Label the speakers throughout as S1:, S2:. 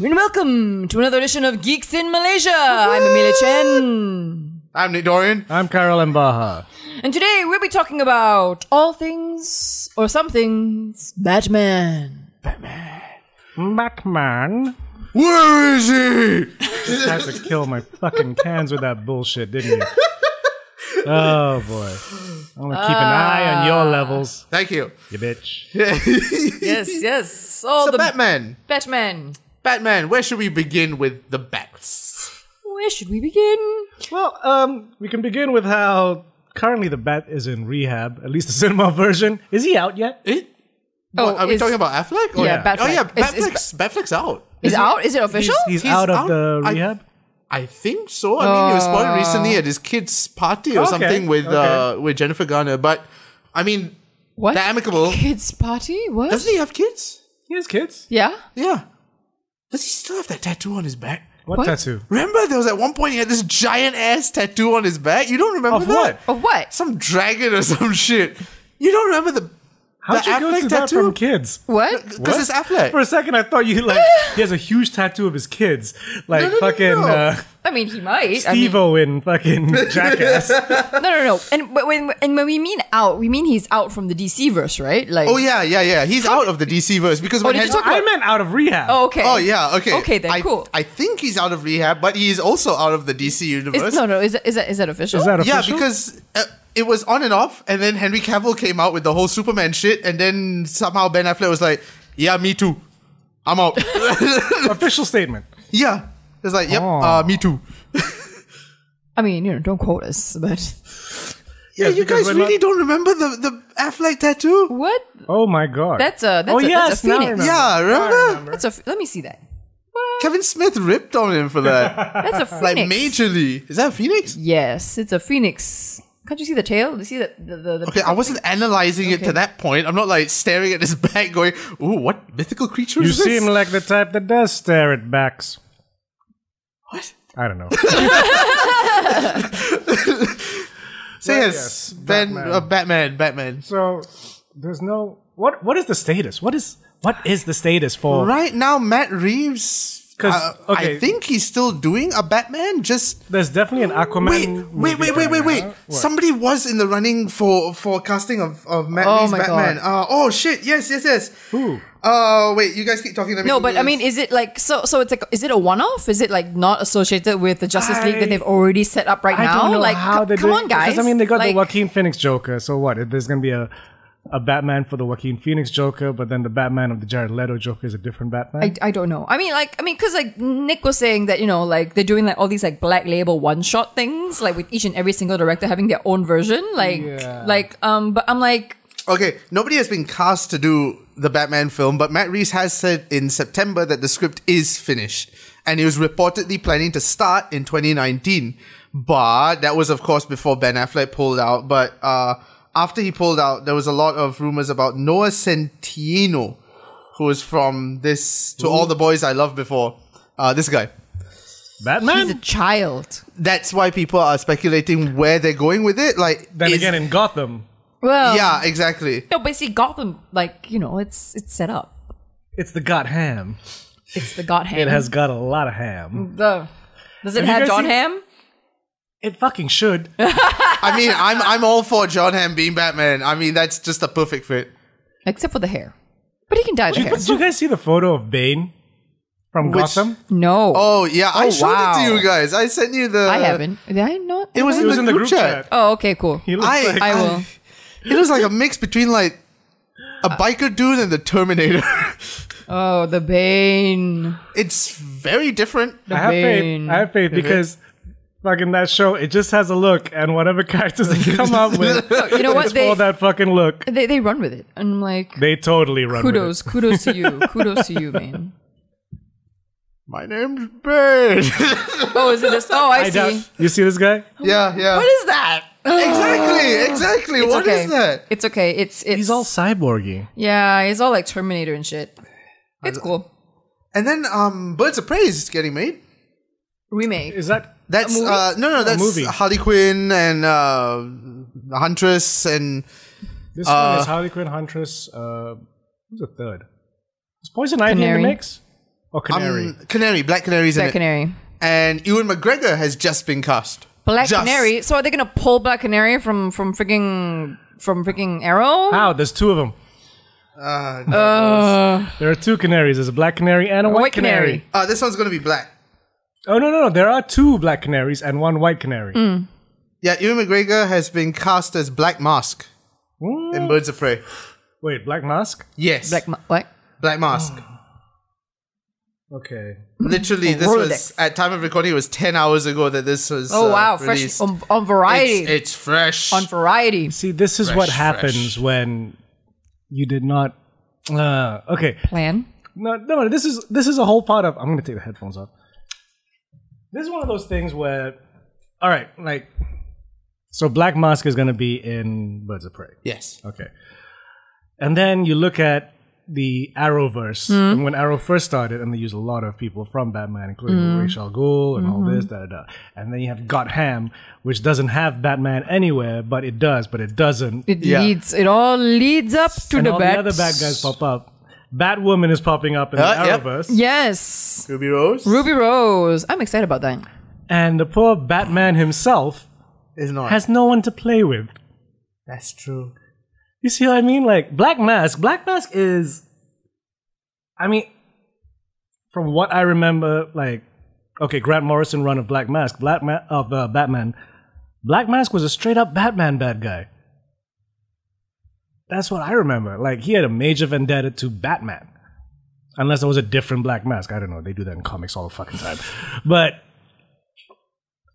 S1: Welcome to another edition of Geeks in Malaysia. I'm Amelia Chen.
S2: I'm Nick Dorian.
S3: I'm Carolyn Baja.
S1: And today we'll be talking about all things or some things Batman.
S3: Batman.
S2: Where is he?
S3: Had to kill my fucking cans with that bullshit, didn't you? Oh boy. I'm gonna keep an eye on your levels,
S2: Thank you.
S3: you bitch.
S1: Yes, yes. All
S2: So
S1: the
S2: Batman.
S1: Batman.
S2: Batman, where should we begin with the bats?
S1: Where should we begin?
S3: Well, um, we can begin with how currently the bat is in rehab, at least the cinema version. Is he out yet?
S2: Eh? What, are
S1: Oh,
S2: we
S1: is-
S2: talking about Affleck? Or-
S1: Yeah,
S2: Oh
S1: Batfleck.
S2: yeah,
S1: Is- is
S2: Batfleck's, Batfleck's out.
S1: Is it out? Is it official?
S3: He's,
S2: He's
S3: out of
S2: out?
S3: the
S2: I-
S3: rehab?
S2: I think so. I mean, he was spotted recently at his kid's party or
S3: Okay,
S2: something with
S3: okay.
S2: uh, with Jennifer Garner. But I mean,
S1: what?
S2: they're amicable.
S1: Kids party? What?
S2: doesn't he have kids?
S3: He has kids.
S1: yeah.
S2: Yeah. Does he still have that tattoo on his back?
S3: What,
S1: What?
S3: tattoo?
S2: Remember, there was at one point he had this giant ass tattoo on his back. You don't remember
S3: Of
S2: that?
S3: what?
S1: Of what?
S2: Some dragon or some shit. You don't remember the
S3: How'd
S2: The
S3: you go
S2: Affleck
S3: to that
S2: tattoo?
S3: from kids?
S1: What?
S2: because
S3: What?
S2: it's Affleck.
S3: For a second, I thought you like he has a huge tattoo of his kids, like
S2: No, no, no,
S3: fucking
S2: no.
S3: Uh,
S1: I mean, he might. I mean,
S3: Steve-O in fucking Jackass.
S1: no, no, no. And but when and when we mean out, we mean he's out from the DC verse, right? Like,
S2: Oh yeah, yeah, yeah. He's out of the DC verse because when
S1: Oh, did
S2: Hen-
S1: you talk-
S3: I meant out of rehab.
S1: Oh, okay.
S2: Oh yeah, okay.
S1: Okay, then
S2: I,
S1: cool.
S2: I think he's out of rehab, but he's also out of the DC universe.
S1: Is, no, no. Is that is that is that official?
S3: Is that official?
S2: yeah, because uh, it was on and off, and then Henry Cavill came out with the whole Superman shit, and then somehow Ben Affleck was like, "Yeah, me too. I'm out."
S3: official statement.
S2: yeah, it's like, "Yep,
S3: Oh.
S2: uh, me too."
S1: I mean, you know, don't quote us, but
S2: Yeah, you
S3: because
S2: guys
S3: we're
S2: really
S3: not-
S2: don't remember the the Affleck tattoo?
S1: what?
S3: Oh my god.
S1: That's a- that's
S3: oh
S1: a- that's
S3: yes,
S1: a
S3: now I
S1: phoenix.
S3: remember.
S2: Yeah, remember?
S3: I remember.
S1: That's a. Let me see that.
S2: Kevin Smith ripped on him for that,
S1: That's a phoenix.
S2: like majorly. Is that a Phoenix?
S1: Yes, it's a phoenix. Can't you see the tail? Do you see the the the? the
S2: Okay, I wasn't analyzing it
S1: Okay.
S2: to that point. I'm not like staring at his back, going, "Ooh, what mythical creature
S3: You
S2: is this?"
S3: seem like the type that does stare at backs.
S2: What?
S3: I don't know.
S2: Say yes,
S3: yes,
S2: Ben, Batman.
S3: Batman.
S2: Uh, Batman, Batman.
S3: so there's no what what is the status? What is what is the status for
S2: Right now, Matt Reeves.
S3: 'Cause,
S2: uh,
S3: okay.
S2: I think he's still doing a Batman. Just
S3: there's definitely an Aquaman.
S2: wait,
S3: movie
S2: wait, wait, wait, wait,
S3: coming
S2: wait.
S3: out. What?
S2: Somebody was in the running for for casting of of Matt
S1: Oh
S2: Reeves
S1: my
S2: Batman. Uh, oh shit! Yes, yes, yes. Who? Uh, wait. You guys keep talking. Let me
S1: no,
S2: Google
S1: but I
S2: this.
S1: mean, is it like so? So it's like, is it a one-off? Is it like not associated with the Justice League that
S3: I-
S1: they've already set up right
S3: I
S1: now?
S3: don't know
S1: like,
S3: how
S1: c-
S3: they
S1: come
S3: did-
S1: on, guys.
S3: Because I mean, they got
S1: like,
S3: the Joaquin Phoenix Joker. So what? There's gonna be a a Batman for the Joaquin Phoenix Joker, but then the Batman of the Jared Leto Joker is a different Batman.
S1: I, I don't know. I mean, like, I mean, because like Nick was saying that you know, like they're doing like all these like black label one-shot things, like with each and every single director having their own version, like,
S3: Yeah.
S1: like, um, but I'm like,
S2: Okay, nobody has been cast to do the Batman film, but Matt Reeves has said in September that the script is finished. And he was reportedly planning to start in 2019. But that was, of course, before Ben Affleck pulled out. But uh, after he pulled out, there was a lot of rumors about Noah Centino, who was from this To All the Boys I Loved Before. Uh, this guy.
S1: he's a
S3: Batman.
S1: child.
S2: That's why people are speculating where they're going with it. Like,
S3: Then
S2: is-
S3: again, in Gotham,
S1: Well,
S2: yeah, exactly.
S1: No, but see, Gotham, like you know, it's it's set up.
S3: it's the God Ham.
S1: It's the God Ham.
S3: It has got a lot of ham.
S1: the. Does it
S3: Have you
S1: have
S3: guys
S1: John
S3: seen-
S1: Ham?
S3: It fucking should.
S2: I mean, I'm I'm all for John Hamm being Batman. I mean, that's just a perfect fit.
S1: Except for the hair, but he can dye the hair.
S3: Did you guys see the photo of Bane from
S2: Which-
S3: Gotham?
S1: No,
S2: Oh yeah, I
S1: Oh,
S2: showed it
S1: wow.
S2: to you guys. I sent you the.
S1: I haven't. Did I not?
S2: It was,
S3: uh, It
S2: in,
S3: was
S2: the group, chat.
S1: Oh, okay, cool.
S3: He looks
S2: I,
S3: like
S1: I will.
S2: It was like a mix between like a
S1: Uh,
S2: biker dude and the Terminator.
S1: Oh, the Bane.
S2: it's very different.
S3: I have
S1: Bane.
S3: faith. I have faith because fucking that show it just has a look, and whatever characters they come up with,
S1: You know what?
S3: it's all
S1: They,
S3: that fucking look.
S1: they they run with it, and I'm like,
S3: They totally run. with it.
S1: kudos, kudos to you, kudos to you, man.
S2: My name's Ben.
S1: Oh, is it this? Oh, I,
S3: I
S1: see.
S3: doubt- you see this guy?
S2: yeah, yeah.
S1: What is that?
S2: exactly, exactly. What is
S1: okay.
S2: that?
S1: It's okay. It's it's.
S3: He's all cyborgy.
S1: yeah. He's all like Terminator and shit. It's cool.
S2: And then um, Birds of Prey is getting made.
S1: Remake.
S3: Is that?
S2: That's
S1: movie?
S2: uh, no, no. That's
S3: movie.
S2: Harley Quinn and uh, Huntress and
S3: This one uh, is Harley Quinn, Huntress. Uh, who's the third? Is Poison Ivy in
S1: Canary.
S3: the mix? or Canary?
S2: Um, Canary, Black Canary's in
S1: Black
S2: it.
S1: Canary.
S2: And Ewan McGregor has just been cast.
S1: Black
S2: Just.
S1: Canary. So are they gonna pull Black Canary from from freaking from freaking Arrow?
S2: Ah.
S3: How? There's two of them.
S2: Uh,
S3: There are two canaries. There's a black canary and a white,
S1: Uh. White
S3: canary.
S1: Canary.
S2: Uh, this one's going to be black.
S3: Oh no, no, no! There are two black canaries and one white canary.
S1: Mm.
S2: Yeah, Ewan McGregor has been cast as Black Mask
S3: Ooh.
S2: in Birds of Prey.
S3: Wait, black mask?
S2: Yes,
S1: Black Mm.
S2: Black,
S1: Ma- Black.
S2: Mask.
S3: Okay.
S2: Literally, this was
S1: Oh, Rolodex.
S2: at time of recording. It was ten hours ago that this was.
S1: Oh
S2: uh,
S1: wow,
S2: released.
S1: fresh on, on variety.
S2: It's, it's fresh.
S1: on variety.
S3: See, this is
S2: Fresh,
S3: what
S2: fresh.
S3: happens when you did not. Uh, okay.
S1: Plan.
S3: No, no, this is this is a whole part of. I'm gonna take the headphones off. This is one of those things where, all right, like, so Black Mask is gonna be in Birds of Prey.
S2: yes.
S3: Okay. And then you look at the Arrowverse,
S1: Hmm.
S3: and when Arrow first started, and they used a lot of people from Batman, including
S1: Hmm.
S3: Rachel Ghoul and all this, da da da. And then you have Gotham, which doesn't have Batman anywhere, but it does, but it doesn't.
S1: It
S2: Yeah.
S1: leads. It all leads up to
S3: and
S1: the
S3: all
S1: bats.
S3: the other bad guys pop up. Batwoman is popping up in
S2: Uh,
S3: the
S2: yep.
S3: Arrowverse,
S1: Yes,
S2: Ruby Rose
S1: Ruby Rose. I'm excited about that.
S3: and the poor Batman himself
S2: is not.
S3: has no one to play with.
S2: That's true.
S3: You see what I mean? Like Black Mask. Black Mask is, I mean, from what I remember, like okay, Grant Morrison run of Black Mask, Black Ma- of uh, Batman. Black Mask was a straight up Batman bad guy. That's what I remember. Like he had a major vendetta to Batman, unless it was a different Black Mask. I don't know. They do that in comics all the fucking time, but.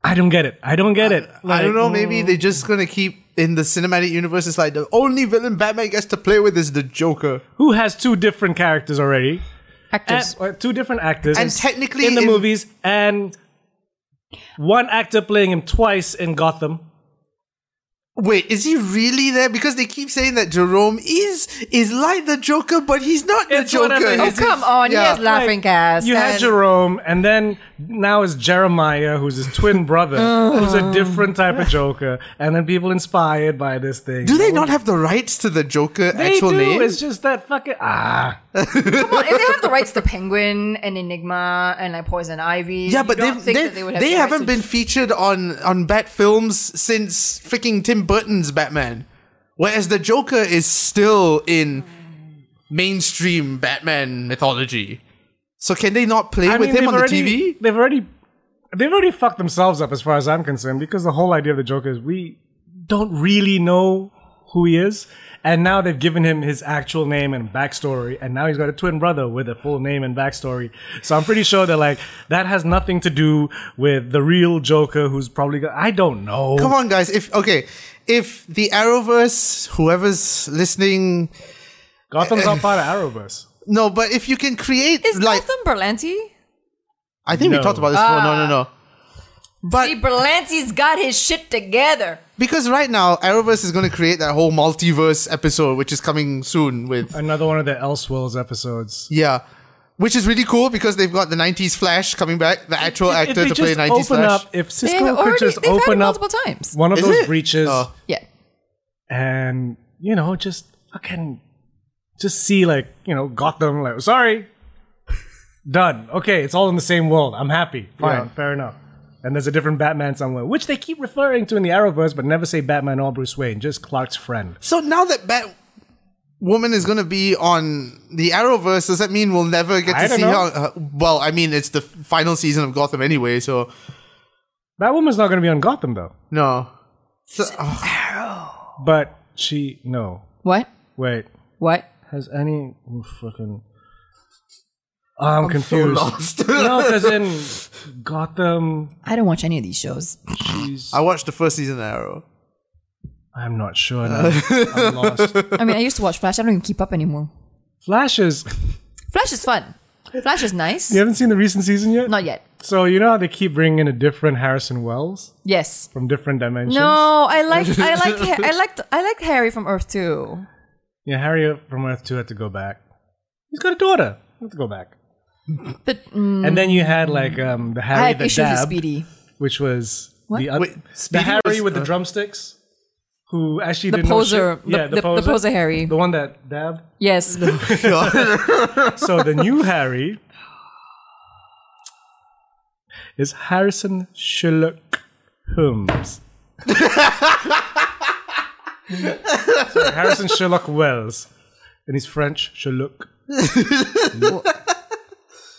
S3: I don't get it. I don't get it.
S2: I
S3: Like,
S2: don't know.
S1: oh.
S2: Maybe they're just gonna keep in the cinematic universe. It's like the only villain Batman gets to play with is the Joker.
S3: Who has two different characters already?
S1: Actors.
S3: And- or uh, two different actors,
S2: And technically
S3: in the
S2: in-
S3: movies, and one actor playing him twice in Gotham.
S2: Wait, is he really there? Because they keep saying that Jerome is is like the Joker, but he's not the
S3: It's what I
S2: Joker.
S3: mean.
S1: oh
S2: Is he-
S1: come on!
S2: yeah.
S1: Yes, laughing gas.
S3: You had Jerome, and then now it's Jeremiah, who's his twin brother, who's a different type of Joker, and then people inspired by this thing.
S2: Do they not have the rights to the Joker
S3: They
S2: actual
S3: do.
S2: name?
S3: It's just that fucking ah.
S1: Come on, if they have the rights to Penguin and Enigma and like Poison Ivy.
S2: yeah,
S1: you
S2: but
S1: don't
S2: they've,
S1: think
S2: they,
S1: that
S2: they,
S1: would have the rights
S2: haven't
S1: to-
S2: been featured on on Bat films since freaking Tim Burton's Batman, whereas the Joker is still in mainstream Batman mythology. So can they not play with him
S3: they've
S2: on
S3: already-
S2: the TV?
S3: They've already they've already fucked themselves up as far as I'm concerned because the whole idea of the Joker is we don't really know who he is. And now they've given him his actual name and backstory, and now he's got a twin brother with a full name and backstory. So I'm pretty sure they're like, that has nothing to do with the real Joker who's probably got I don't know.
S2: Come on, guys. If okay, if the Arrowverse, whoever's listening,
S3: Gotham's not part of Arrowverse.
S2: no, but if you can create
S1: Is
S2: like
S1: Gotham Berlanti?
S2: I think
S3: No.
S2: we talked about this before. No, no, no. But
S1: See, Berlanti's got his shit together.
S2: because right now Arrowverse is going to create that whole multiverse episode, which is coming soon with
S3: Another one of the Elseworlds episodes.
S2: yeah, which is really cool because they've got the '90s Flash coming back, the actual
S3: If- if
S2: actor
S3: they
S2: to play
S3: just
S2: '90s
S3: open
S2: Flash.
S3: up, if
S1: They've
S3: Cisco could
S1: already
S3: just
S1: they've had it
S3: open up
S1: multiple times.
S3: one of
S2: Is
S3: those
S2: it?
S3: breaches,
S2: Oh.
S1: Yeah.
S3: and you know just fucking just see like you know Gotham like sorry done okay it's all in the same world I'm happy fine
S2: Yeah.
S3: fair enough and there's a different Batman somewhere which they keep referring to in the Arrowverse but never say Batman or Bruce Wayne just Clark's friend
S2: So now that Batwoman is going to be on the Arrowverse, does that mean we'll never get
S3: I
S2: to
S3: don't
S2: see
S3: know.
S2: how? Uh, well, I mean, it's the final season of Gotham anyway, so
S3: Batwoman's not going to be on Gotham though
S2: no. So, oh,
S3: but she no
S1: What?
S3: wait
S1: What?
S3: has any oh, fucking Oh, I'm,
S2: so
S3: confused
S2: lost.
S3: no because in Gotham
S1: I don't watch any of these shows.
S3: she's,
S2: I watched the first season of Arrow.
S3: I'm not sure now. I'm lost
S1: I mean, I used to watch Flash. I don't even keep up anymore.
S3: Flash is.
S1: Flash is fun. Flash is nice.
S3: You haven't seen the recent season yet?
S1: Not yet.
S3: So you know how they keep bringing in a different Harrison Wells
S1: Yes.
S3: from different dimensions.
S1: No, I liked I liked Ha- I liked I liked Harry from Earth too.
S3: Yeah, Harry from Earth Two had to go back. He's got a daughter. He had to go back.
S1: But mm,
S3: And then you had like um, the
S1: I
S3: Harry
S1: had
S3: the
S1: issues with
S3: Dab,
S1: Speedy.
S3: which was
S1: What?
S3: the oth-
S2: Wait,
S3: the
S2: Speedy
S3: Harry
S2: was-
S3: with the drumsticks, who actually
S1: The
S3: didn't
S1: poser.
S3: Know shit. Yeah,
S1: the, the, the poser. Harry.
S3: the one that dabbed.
S1: yes.
S2: God.
S3: So the new Harry is Harrison Sherlock Holmes. Sorry, Harrison Sherlock Wells. And he's French, Sherlock.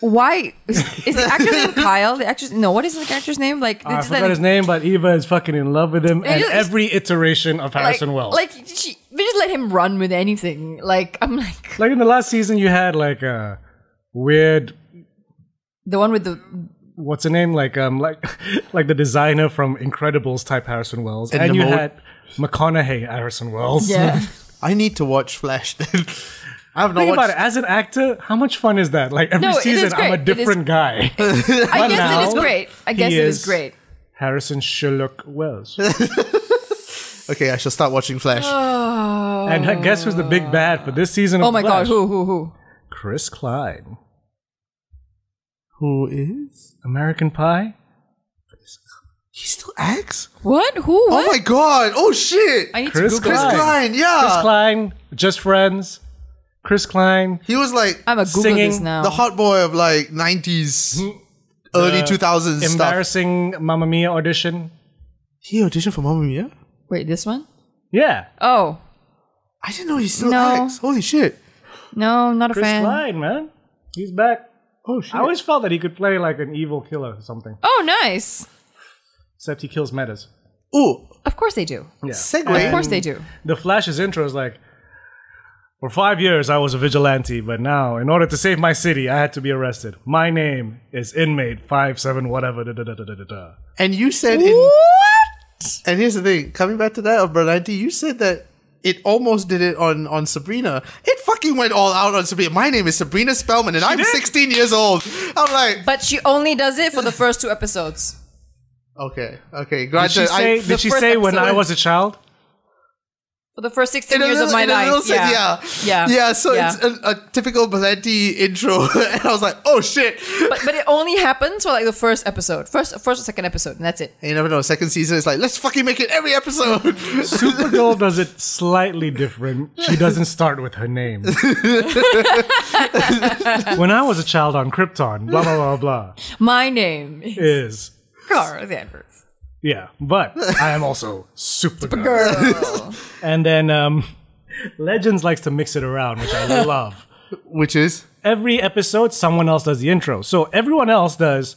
S1: Why is, is the actor named Kyle? The actress? No, what is the actor's name? Like,
S3: Ah, I
S1: it's
S3: forgot
S1: like,
S3: his name, but Eva is fucking in love with him. And
S1: just-
S3: every iteration of
S1: like,
S3: Harrison Wells.
S1: like she, they just let him run with anything. Like, I'm like
S3: like in the last season, you had like a weird
S1: the one with the
S3: what's her name? Like um like like the designer from Incredibles type Harrison Wells. And,
S2: the
S3: you
S2: mode.
S3: had McConaughey Harrison Wells.
S1: yeah.
S2: I need to watch Flash then. I have not
S3: Think
S2: watched
S3: about it. As an actor, how much fun is that? Like every
S1: No, it is
S3: season, I'm a
S1: great. It is-
S3: different guy.
S1: I guess it is
S3: now,
S1: great. I
S3: he
S1: guess it is
S3: is-
S1: great.
S3: Harrison Sherlock Wells.
S2: Okay, I shall start watching Flash.
S3: Uh. and guess who's the big bad for this season? Of
S1: Oh my god,
S3: Flash?
S1: who who who?
S3: Chris Klein,
S2: Who is?
S3: American Pie.
S2: He still acts?
S1: What? Who? What?
S2: Oh my god! Oh shit!
S1: I need
S3: Chris
S1: to Google.
S2: Chris
S1: it.
S3: Klein.
S2: Klein, yeah.
S1: Uh.
S3: Chris Klein, Just Friends. Chris Klein.
S2: He was like
S1: I'm a Google this
S3: Singing
S1: now.
S2: the hot boy of like 90s, early 2000s stuff.
S3: Embarrassing Mamma Mia audition.
S2: He auditioned for Mamma Mia?
S1: Wait, this one?
S3: Yeah,
S1: Oh
S2: I didn't know he still
S1: No.
S2: acts. Holy shit.
S1: no, not a
S3: Chris
S1: fan.
S3: Klein, man, he's back.
S2: Oh shit.
S3: I always felt that he could play like an evil killer or something.
S1: Oh, nice.
S3: Except he kills metas.
S2: Ooh,
S1: Of course they do.
S3: Yeah.
S2: segue.
S1: Of course they do.
S3: The Flash's intro is like, for five years I was a vigilante, but now in order to save my city, I had to be arrested. My name is inmate five seven whatever. Da, da, da, da, da, da, da.
S2: And you said in And here's the thing, coming back to that of Bernanti, you said that it almost did it on, on Sabrina. It fucking went all out on Sabrina. My name is Sabrina Spellman and I'm
S3: did?
S2: 16 years old. I'm like,
S1: But she only does it for the first two episodes.
S2: okay, okay.
S3: Did she
S2: Granted,
S3: say?
S2: I,
S3: did she
S1: first
S3: say when I
S1: episode-
S3: was a child?
S1: For the first 16
S2: in a
S1: years of
S2: little-
S1: my
S2: in a
S1: life.
S2: little sense,
S1: yeah.
S2: yeah.
S1: Yeah.
S2: Yeah, so it's a, a typical Bernanti intro. and I was like, oh shit.
S1: but, but it only happens for like the first episode. First first or second episode, and that's it.
S2: And you never know, second season is like, let's fucking make it every episode.
S3: Supergirl does it slightly different. She doesn't start with her name. when I was a child on Krypton, blah blah blah blah
S1: My name is
S3: is
S1: Garth Edwards.
S3: yeah, but I am also Supergirl.
S1: Girl.
S3: And then um, Legends likes to mix it around, which I love.
S2: Which is
S3: Every episode, someone else does the intro. So everyone else does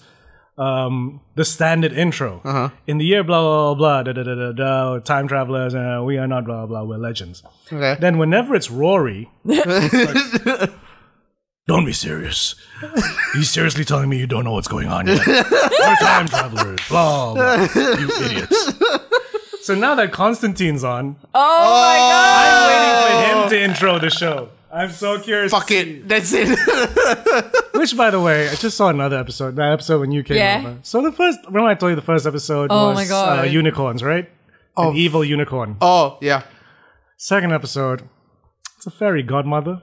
S3: um, the standard intro. Uh-huh. In the year, blah, blah, blah, blah, da, da, da, da, da, time travelers, uh, we are not blah, blah, blah, we're legends.
S2: Okay.
S3: Then whenever it's Rory, it's like, don't be serious. He's seriously telling me you don't know what's going on yet. We're time travelers, blah, blah, you idiots. So now that Constantine's on,
S1: Oh, my god.
S3: waiting for him to intro the show. I'm so curious.
S2: Oh. fuck it. That's it.
S3: Which, by the way, I just saw another episode. That episode when you came
S1: Yeah.
S3: over. So the first, remember I told you the first episode
S1: Oh
S3: was
S1: my God.
S3: Uh, unicorns, right? An evil unicorn.
S2: oh, yeah.
S3: Second episode, it's a fairy godmother.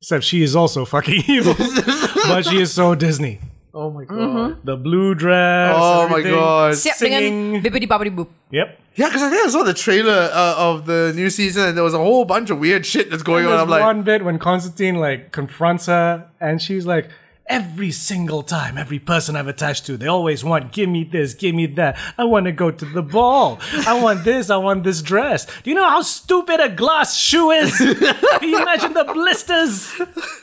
S3: Except she is also fucking evil, but she is so Disney.
S2: Oh my god.
S3: The blue dress.
S2: Oh my
S3: everything.
S2: god.
S1: Siap dengan
S3: Singing.
S1: bibbidi bobbidi boop.
S3: Yep.
S2: Yeah, because I think I saw the trailer uh, of the new season, and there was a whole bunch of weird shit that's going on.
S3: There's
S2: I'm like,
S3: one bit when Constantine like confronts her, and she's like, "Every single time, every person I've attached to, they always want, give me this, give me that. I want to go to the ball. I want this. I want this dress. Do you know how stupid a glass shoe is? Can you imagine the blisters?"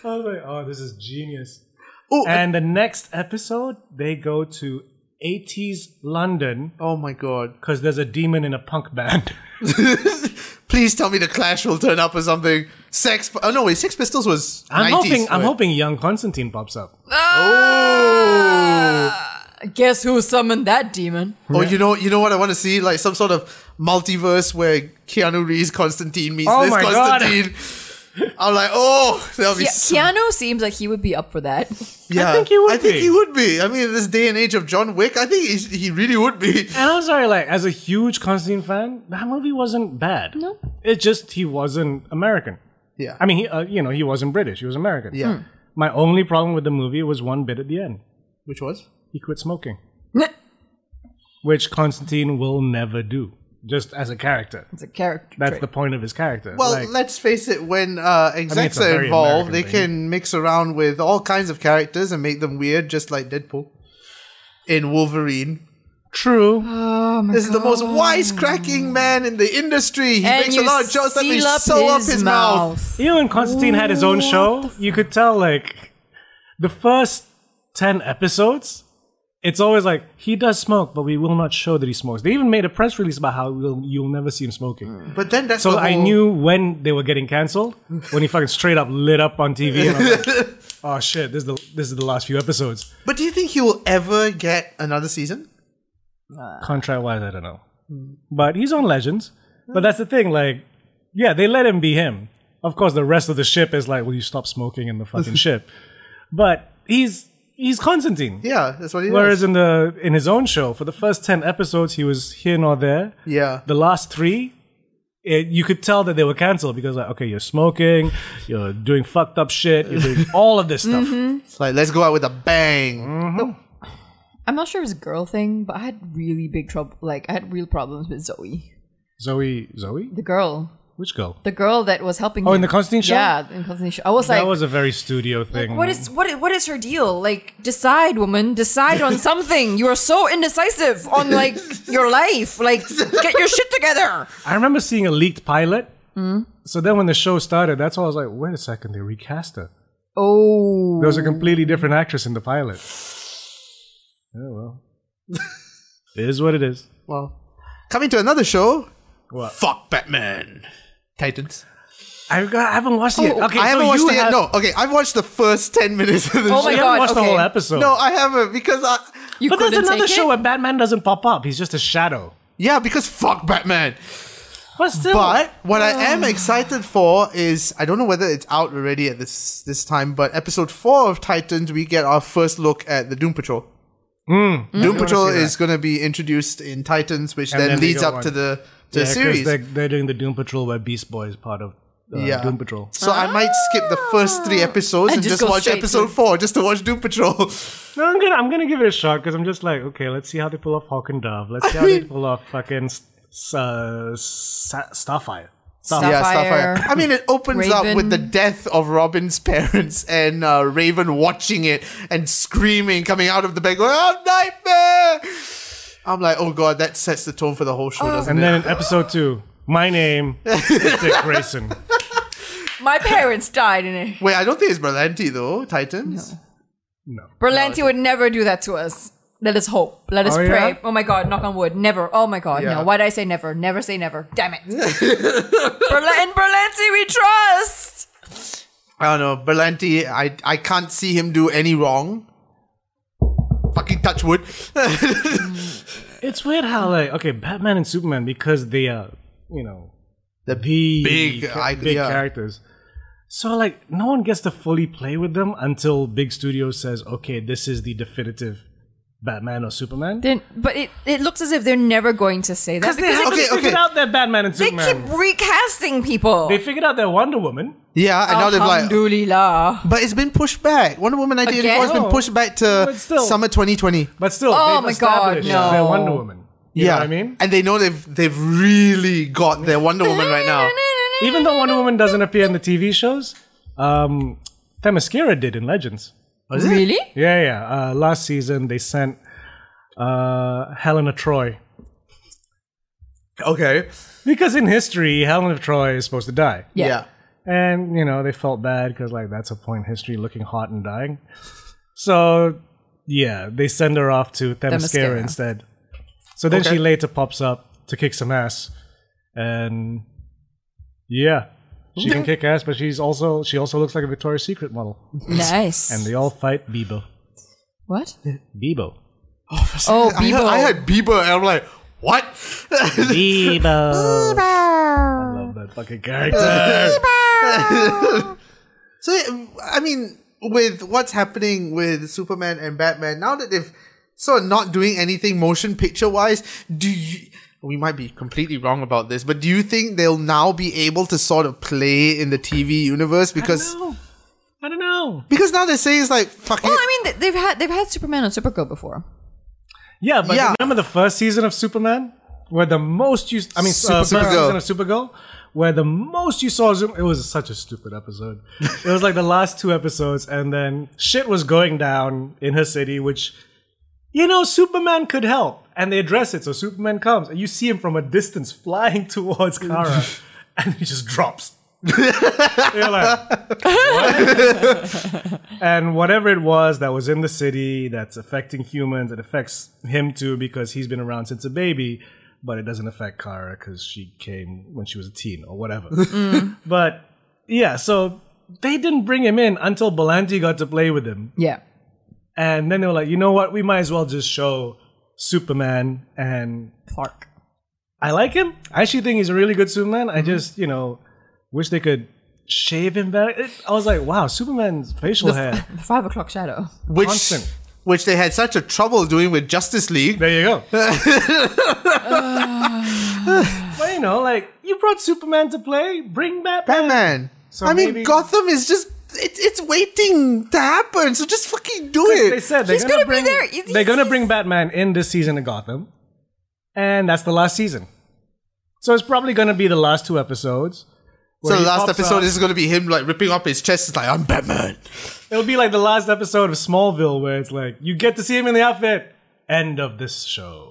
S3: I was like, "Oh, this is genius."
S2: oh,
S3: And the next episode, they go to 80s London
S2: oh my god!
S3: because there's a demon in a punk band.
S2: Please tell me the Clash will turn up or something. Sex? Oh no, wait, Six Pistols was.
S3: I'm
S2: 90s,
S3: hoping. I'm
S2: right?
S3: hoping young Constantine pops up.
S1: Oh! Guess who summoned that demon?
S2: Oh, you know, you know what I want to see? Like some sort of multiverse where Keanu Reeves Constantine meets
S3: Oh
S2: this
S3: my God.
S2: Constantine. I'm like, oh, that'll be.
S1: Yeah,
S2: so-
S1: Keanu seems like he would be up for that.
S2: yeah,
S3: think he would
S2: I think
S3: be.
S2: he would be. I mean, in this day and age of John Wick, I think he, he really would be.
S3: And I'm sorry, like as a huge Constantine fan, that movie wasn't bad.
S1: No.
S3: it just he wasn't American.
S2: Yeah.
S3: I mean, he, uh, you know, he wasn't British; he was American.
S2: Yeah. Hmm.
S3: My only problem with the movie was one bit at the end.
S2: Which was?
S3: He quit smoking, which Constantine will never do, just as a character.
S1: it's a character.
S3: That's
S1: trait.
S3: the point of his character.
S2: Well,
S3: Like,
S2: let's face it, when uh, execs
S3: a
S2: are
S3: very
S2: involved,
S3: American
S2: they
S3: thing.
S2: can mix around with all kinds of characters and make them weird, just like Deadpool. in Wolverine.
S3: True.
S1: Oh
S2: This is the most wisecracking man in the industry. He
S1: And
S2: makes a
S1: you
S2: lot of jokes that we
S1: seal up
S2: sew up his mouth.
S3: Even when Constantine had his own show, you could tell like the first ten episodes, it's always like he does smoke, but we will not show that he smokes. They even made a press release about how we'll, you'll never see him smoking.
S2: But then that's
S3: So
S2: the
S3: I
S2: whole-
S3: knew when they were getting cancelled when he fucking straight up lit up on TV. And I was like, oh shit, this is the this is the last few episodes.
S2: But do you think he will ever get another season?
S3: Contract wise, I don't know,
S1: Hmm.
S3: but he's on Legends. But that's the thing, like, yeah, they let him be him. Of course, the rest of the ship is like, will you stop smoking in the fucking ship? But he's he's Constantine.
S2: Yeah, that's what he
S3: Whereas
S2: does.
S3: in the in his own show, for the first ten episodes, he was here nor there.
S2: Yeah.
S3: the last three it, you could tell that they were canceled because like okay you're smoking you're doing fucked up shit you're doing all of this stuff
S1: Mm-hmm.
S2: It's like, let's go out with a bang.
S3: Mm.
S1: I'm not sure it was a girl thing, but I had really big trouble. Like I had real problems with Zoe,
S3: zoe zoe
S1: the girl,
S3: which girl
S1: the girl that was helping.
S3: Oh,
S1: him.
S3: in the Constantine show?
S1: Yeah, in Constantine show. I was
S3: that
S1: like,
S3: was a very studio thing
S1: what is what is, what is her deal? Like, decide, woman, decide on something. You are so indecisive on like your life. Like, get your shit together.
S3: i remember seeing a leaked pilot so then when the show started that's why i was like wait a second they recast her
S1: Oh,
S3: there was a completely different actress in the pilot oh well it is what it is
S2: Well, coming to another show.
S3: What?
S2: Fuck Batman. Titans.
S3: I've got, I haven't watched it.
S1: Oh,
S3: yet. Okay,
S2: I haven't
S3: so
S2: watched
S3: you
S2: it yet.
S3: have-
S2: No, okay. I've watched the first 10 minutes of the
S1: Oh
S2: show.
S1: my
S3: you
S1: God,
S3: haven't watched the whole
S1: okay.
S3: episode.
S2: No, I haven't because I.
S1: you
S3: but there's
S1: couldn't
S3: another
S1: take
S3: show
S1: It?
S3: where Batman doesn't pop up. He's just a shadow.
S2: Yeah, because fuck Batman.
S3: But still, Oh.
S2: But what I
S1: Oh.
S2: am excited for is I don't know whether it's out already at this this time, but episode four of Titans, we get our first look at the Doom Patrol.
S3: Hmm.
S1: Mm.
S2: Doom Patrol
S3: see that.
S2: is going to be introduced in Titans, which
S3: And
S2: then,
S3: then they
S2: leads
S3: go
S2: up
S3: on.
S2: to the to the
S3: 'cause
S2: series.
S3: They're, they're doing the Doom Patrol where Beast Boy is part of uh,
S2: Yeah.
S3: Doom Patrol.
S2: So I might skip the first three episodes
S1: Ah. And
S2: and
S1: just
S2: just,
S1: go
S2: watch
S1: straight
S2: episode
S1: to-
S2: four just to watch Doom Patrol.
S3: No, I'm gonna I'm gonna give it a shot because I'm just like, okay, let's see how they pull off Hawk and Dove. Let's see how they pull off fucking s- s- uh, sa- Starfire. Starfire.
S2: yeah, Starfire.
S1: Sapphire.
S2: I mean, it opens up with
S1: Raven.
S2: the death of Robin's parents and uh, Raven watching it and screaming, coming out of the bed, going, "Oh, nightmare!" I'm like, oh god, that sets the tone for the whole show, doesn't
S3: And
S2: it?
S3: then in episode two, my name is Dick Grayson.
S1: My parents died in it.
S2: Wait, I don't think it's Berlanti though. Titans.
S1: Berlanti would never do that to us. Let us hope. Let us
S3: Oh,
S1: pray.
S3: yeah?
S1: Oh my God, knock on wood. Never. Oh my God,
S2: Yeah.
S1: no. Why did I say never? Never say never. Damn it. Berla- in Berlanti, we trust.
S2: I don't know. Berlanti, I I can't see him do any wrong. Fucking touch wood.
S3: It's weird how like okay, Batman and Superman because they are you know
S2: The
S3: big
S2: big
S3: ca-
S2: idea.
S3: big characters. So like no one gets to fully play with them until big studio says, okay, this is the definitive Batman or Superman.
S1: Then, but it, it looks as if they're never going to say that.
S3: Because they haven't
S2: Okay, okay.
S3: figured out their Batman and
S1: they
S3: Superman.
S1: keep recasting people.
S3: They figured out their Wonder Woman.
S2: yeah, and now they've like.
S1: Alhamdulillah.
S2: But it's been pushed back. Wonder Woman 1984 has
S1: Again?
S2: been pushed back to
S3: But still-
S2: summer 2020.
S3: But still,
S1: Oh
S3: they've
S1: my God,
S3: established
S1: no.
S3: their Wonder Woman. You know
S2: yeah,
S3: what I mean?
S2: and they know they've they've really got their Wonder Woman right now.
S3: Even though Wonder Woman doesn't appear in the TV shows, um, Themyscira did in Legends.
S1: Really?
S3: Yeah, yeah. Uh, last season, they sent uh, Helena Troy.
S2: Okay.
S3: Because in history, Helena Troy is supposed to die.
S1: Yeah.
S3: And, you know, they felt bad because, like, that's a point in history looking hot and dying. So, yeah, they send her off to Themyscira
S1: Themyscira.
S3: instead. So then
S2: Okay.
S3: she later pops up to kick some ass. And, yeah, she can kick ass, but she's also, she also looks like a Victoria's Secret model.
S1: Nice.
S3: And they all fight Bebo.
S1: what?
S3: Bebo.
S1: Oh,
S2: I, heard,
S1: Bebo.
S2: I heard Bieber, and I'm like, what?
S3: Bebo. I love that fucking character.
S2: so yeah, I mean, with what's happening with Superman and Batman now that they've sort of not doing anything motion picture wise, do you? We might be completely wrong about this, but do you think they'll now be able to sort of play in the TV universe because?
S3: No. I don't know.
S2: Because now they're saying it's like fucking.
S1: Well, I mean, they- they've had they've had Superman and Supergirl before.
S3: Yeah, but
S2: Yeah.
S3: remember the first season of Superman, where the most you I mean, uh, first
S2: Supergirl.
S3: season of Supergirl, where the most you saw Zoom. It was such a stupid episode. it was like the last two episodes, and then shit was going down in her city, which you know, Superman could help. And they address it. So Superman comes, and you see him from a distance flying towards Kara, and he just drops. You're like, "What?" and whatever it was that was in the city that's affecting humans, it affects him too because he's been around since a baby, but it doesn't affect Kara because she came when she was a teen or whatever. But yeah, so they didn't bring him in until Belanti got to play with him.
S1: Yeah.
S3: And then they were like, you know what? We might as well just show Superman. And
S1: Clark.
S3: I like him. I actually think he's a really good Superman. I just, you know, wish they could shave him back. It- I was like, wow, Superman's facial hair.
S1: Five o'clock shadow.
S2: Which
S3: Constant.
S2: which they had such a trouble doing with Justice League.
S3: There you go. but you know, like, you brought Superman to play. Bring back
S2: Batman. I mean,
S3: maybe-
S2: Gotham is just it, it's waiting to happen. So just fucking do
S3: They
S2: it.
S3: said they're
S1: He's
S3: gonna,
S1: gonna be
S3: bring,
S1: there. He's-
S3: they're gonna
S1: he's-
S3: bring Batman in this season of Gotham, and that's the last season. So it's probably gonna be the last two episodes.
S2: So
S3: where
S2: the
S3: he
S2: last
S3: pops
S2: episode
S3: up.
S2: is going to be him like ripping up his chest. It's like I'm Batman.
S3: it'll be like the last episode of Smallville, where it's like you get to see him in the outfit. End of this show.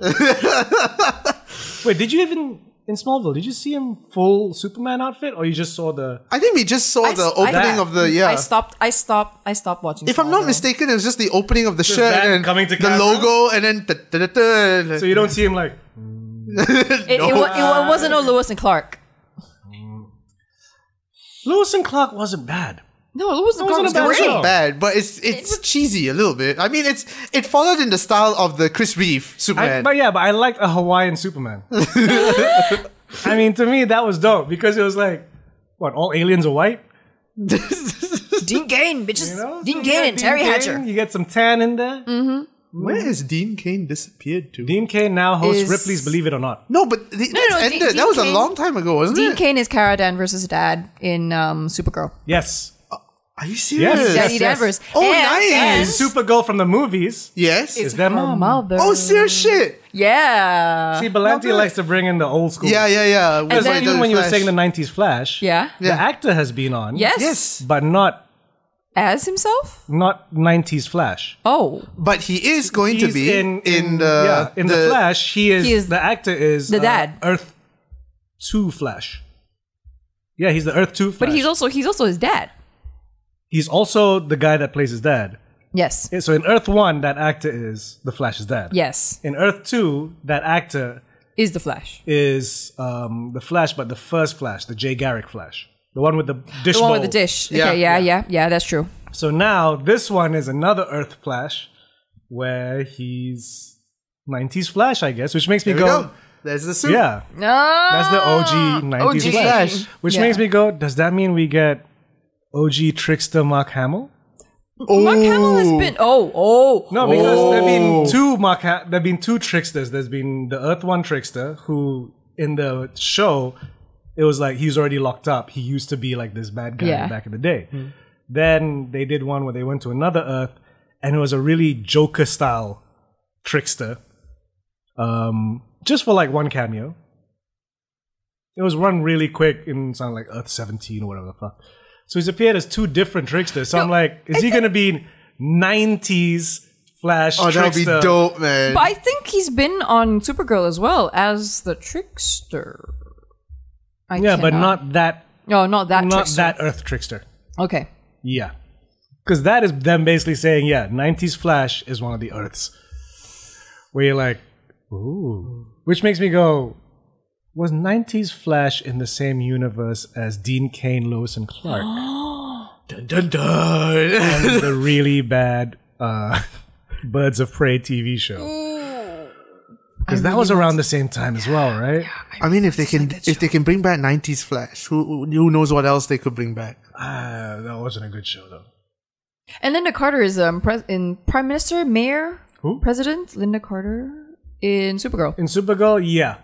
S3: Wait, did you even in Smallville? Did you see him full Superman outfit, or you just saw the?
S2: I think we just saw
S1: I
S2: the
S1: s- I-
S2: opening of the yeah.
S1: I stopped. I stopped. I stopped watching.
S2: if I'm not
S1: Smallville.
S2: mistaken, it was just the opening of the shirt
S3: that
S2: and then
S3: coming to
S2: the
S3: camera?
S2: logo, and then da- da- da- da-
S3: So you don't see him like
S1: it, it, wa- it wa- wasn't no Lewis and Clark.
S3: Lewis and Clark wasn't bad.
S1: No, Lewis and
S3: It
S1: Clark was
S3: wasn't a
S1: great.
S3: bad show.
S2: not bad, but it's it's cheesy a little bit. I mean, it's it followed in the style of the Chris Reeve
S3: I,
S2: Superman.
S3: but yeah, but I liked a Hawaiian Superman. I mean, to me, that was dope because it was like, what? All aliens are white.
S1: Dean Gain, bitches.
S3: You know?
S1: Dean
S3: You got
S1: Gain and Terry
S3: Cain,
S1: Hatcher. Mm.
S3: You get some tan in there.
S2: Where has Dean Kane disappeared to?
S3: Dean Kane now hosts
S1: Is-
S3: Ripley's Believe It or Not.
S2: no, but the, that's
S1: no, De-
S2: ended.
S1: Dean
S2: that was a
S1: Cain-
S2: long time ago, wasn't
S1: Dean
S2: it?
S1: Cain is Kara Danvers' dad in um, Supergirl.
S3: Yes,
S2: Are you serious?
S3: Yes,
S1: Daddy
S3: yes.
S1: Danvers.
S2: Oh,
S1: and,
S2: nice.
S1: and
S2: Yes.
S3: Supergirl from the movies
S2: Yes.
S3: is their
S1: her
S3: mom.
S1: mother.
S2: oh, serious shit.
S1: Yeah.
S3: See, Belanti
S2: Not
S3: likes to bring in the old school.
S2: Yeah, yeah, yeah. Because
S1: then-
S2: like
S3: Even
S2: the
S3: when you were
S2: Flash.
S3: saying the '90s Flash,
S1: Yeah.
S3: the actor has been on.
S1: Yes.
S2: Yes,
S3: but not
S1: As himself?
S3: not '90s Flash.
S1: Oh.
S2: but he is going to
S3: He's
S2: be in, uh, the
S3: yeah, in the, Flash. He is,
S1: He is
S3: the actor is uh,
S1: the dad.
S3: Earth Two Flash. Yeah, he's the Earth Two Flash.
S1: But he's also he's also his dad.
S3: he's also the guy that plays his dad.
S1: Yes.
S3: Yeah, So in Earth One, that actor is the Flash's dad.
S1: Yes.
S3: In Earth Two, that actor
S1: Is the Flash.
S3: is um, the Flash, but the first Flash, the Jay Garrick Flash, the one with the dish.
S1: The one with
S3: bowl.
S1: the dish.
S2: Yeah.
S1: okay, yeah, yeah, yeah, that's true.
S3: So now this one is another Earth Flash, where he's '90s Flash, I guess, which makes me
S2: There we
S3: go,
S2: go. There's the suit.
S3: yeah.
S1: No.
S3: That's the
S1: Ah,
S3: OG 90s
S1: OG.
S3: Flash. Which
S1: Yeah.
S3: makes me go, does that mean we get OG trickster Mark Hamill?
S1: Mark Hamill has been oh, oh.
S3: No, because there've been two Mark ha- there've been two tricksters. There's been the Earth One trickster who in the show it was like he's already locked up. He used to be like this bad guy
S1: Yeah. Hmm.
S3: back in the day. Then they did one where they went to another Earth and it was a really Joker style trickster. Um just for like one cameo. It was run really quick in something like Earth 17 or whatever the fuck. So he's appeared as two different tricksters. So I'm like, is he going to be 90s Flash
S2: Oh, that would
S3: trickster?
S2: be dope, man.
S1: But I think he's been on Supergirl as well as the trickster. I
S3: Yeah, but
S1: cannot-
S3: not that,
S1: no, not that
S3: not
S1: trickster.
S3: that Earth trickster.
S1: Okay.
S3: Yeah. Because that is them basically saying, yeah, 90s Flash is one of the Earths. Where you're like, ooh. Which makes me go, was 90s Flash in the same universe as Dean Kane, Lois, and Clark?
S2: dun, dun, dun.
S3: And the really bad uh, Birds of Prey TV show. Because that was around the same time as well, right?
S2: I mean, if they can, if they can bring back '90s Flash, who who knows what else they could bring back?
S3: Ah, that wasn't a good show, though.
S1: And Linda Carter is um pres in Prime Minister, Mayor,
S3: Who?
S1: President Linda Carter in Supergirl.
S3: In Supergirl, yeah.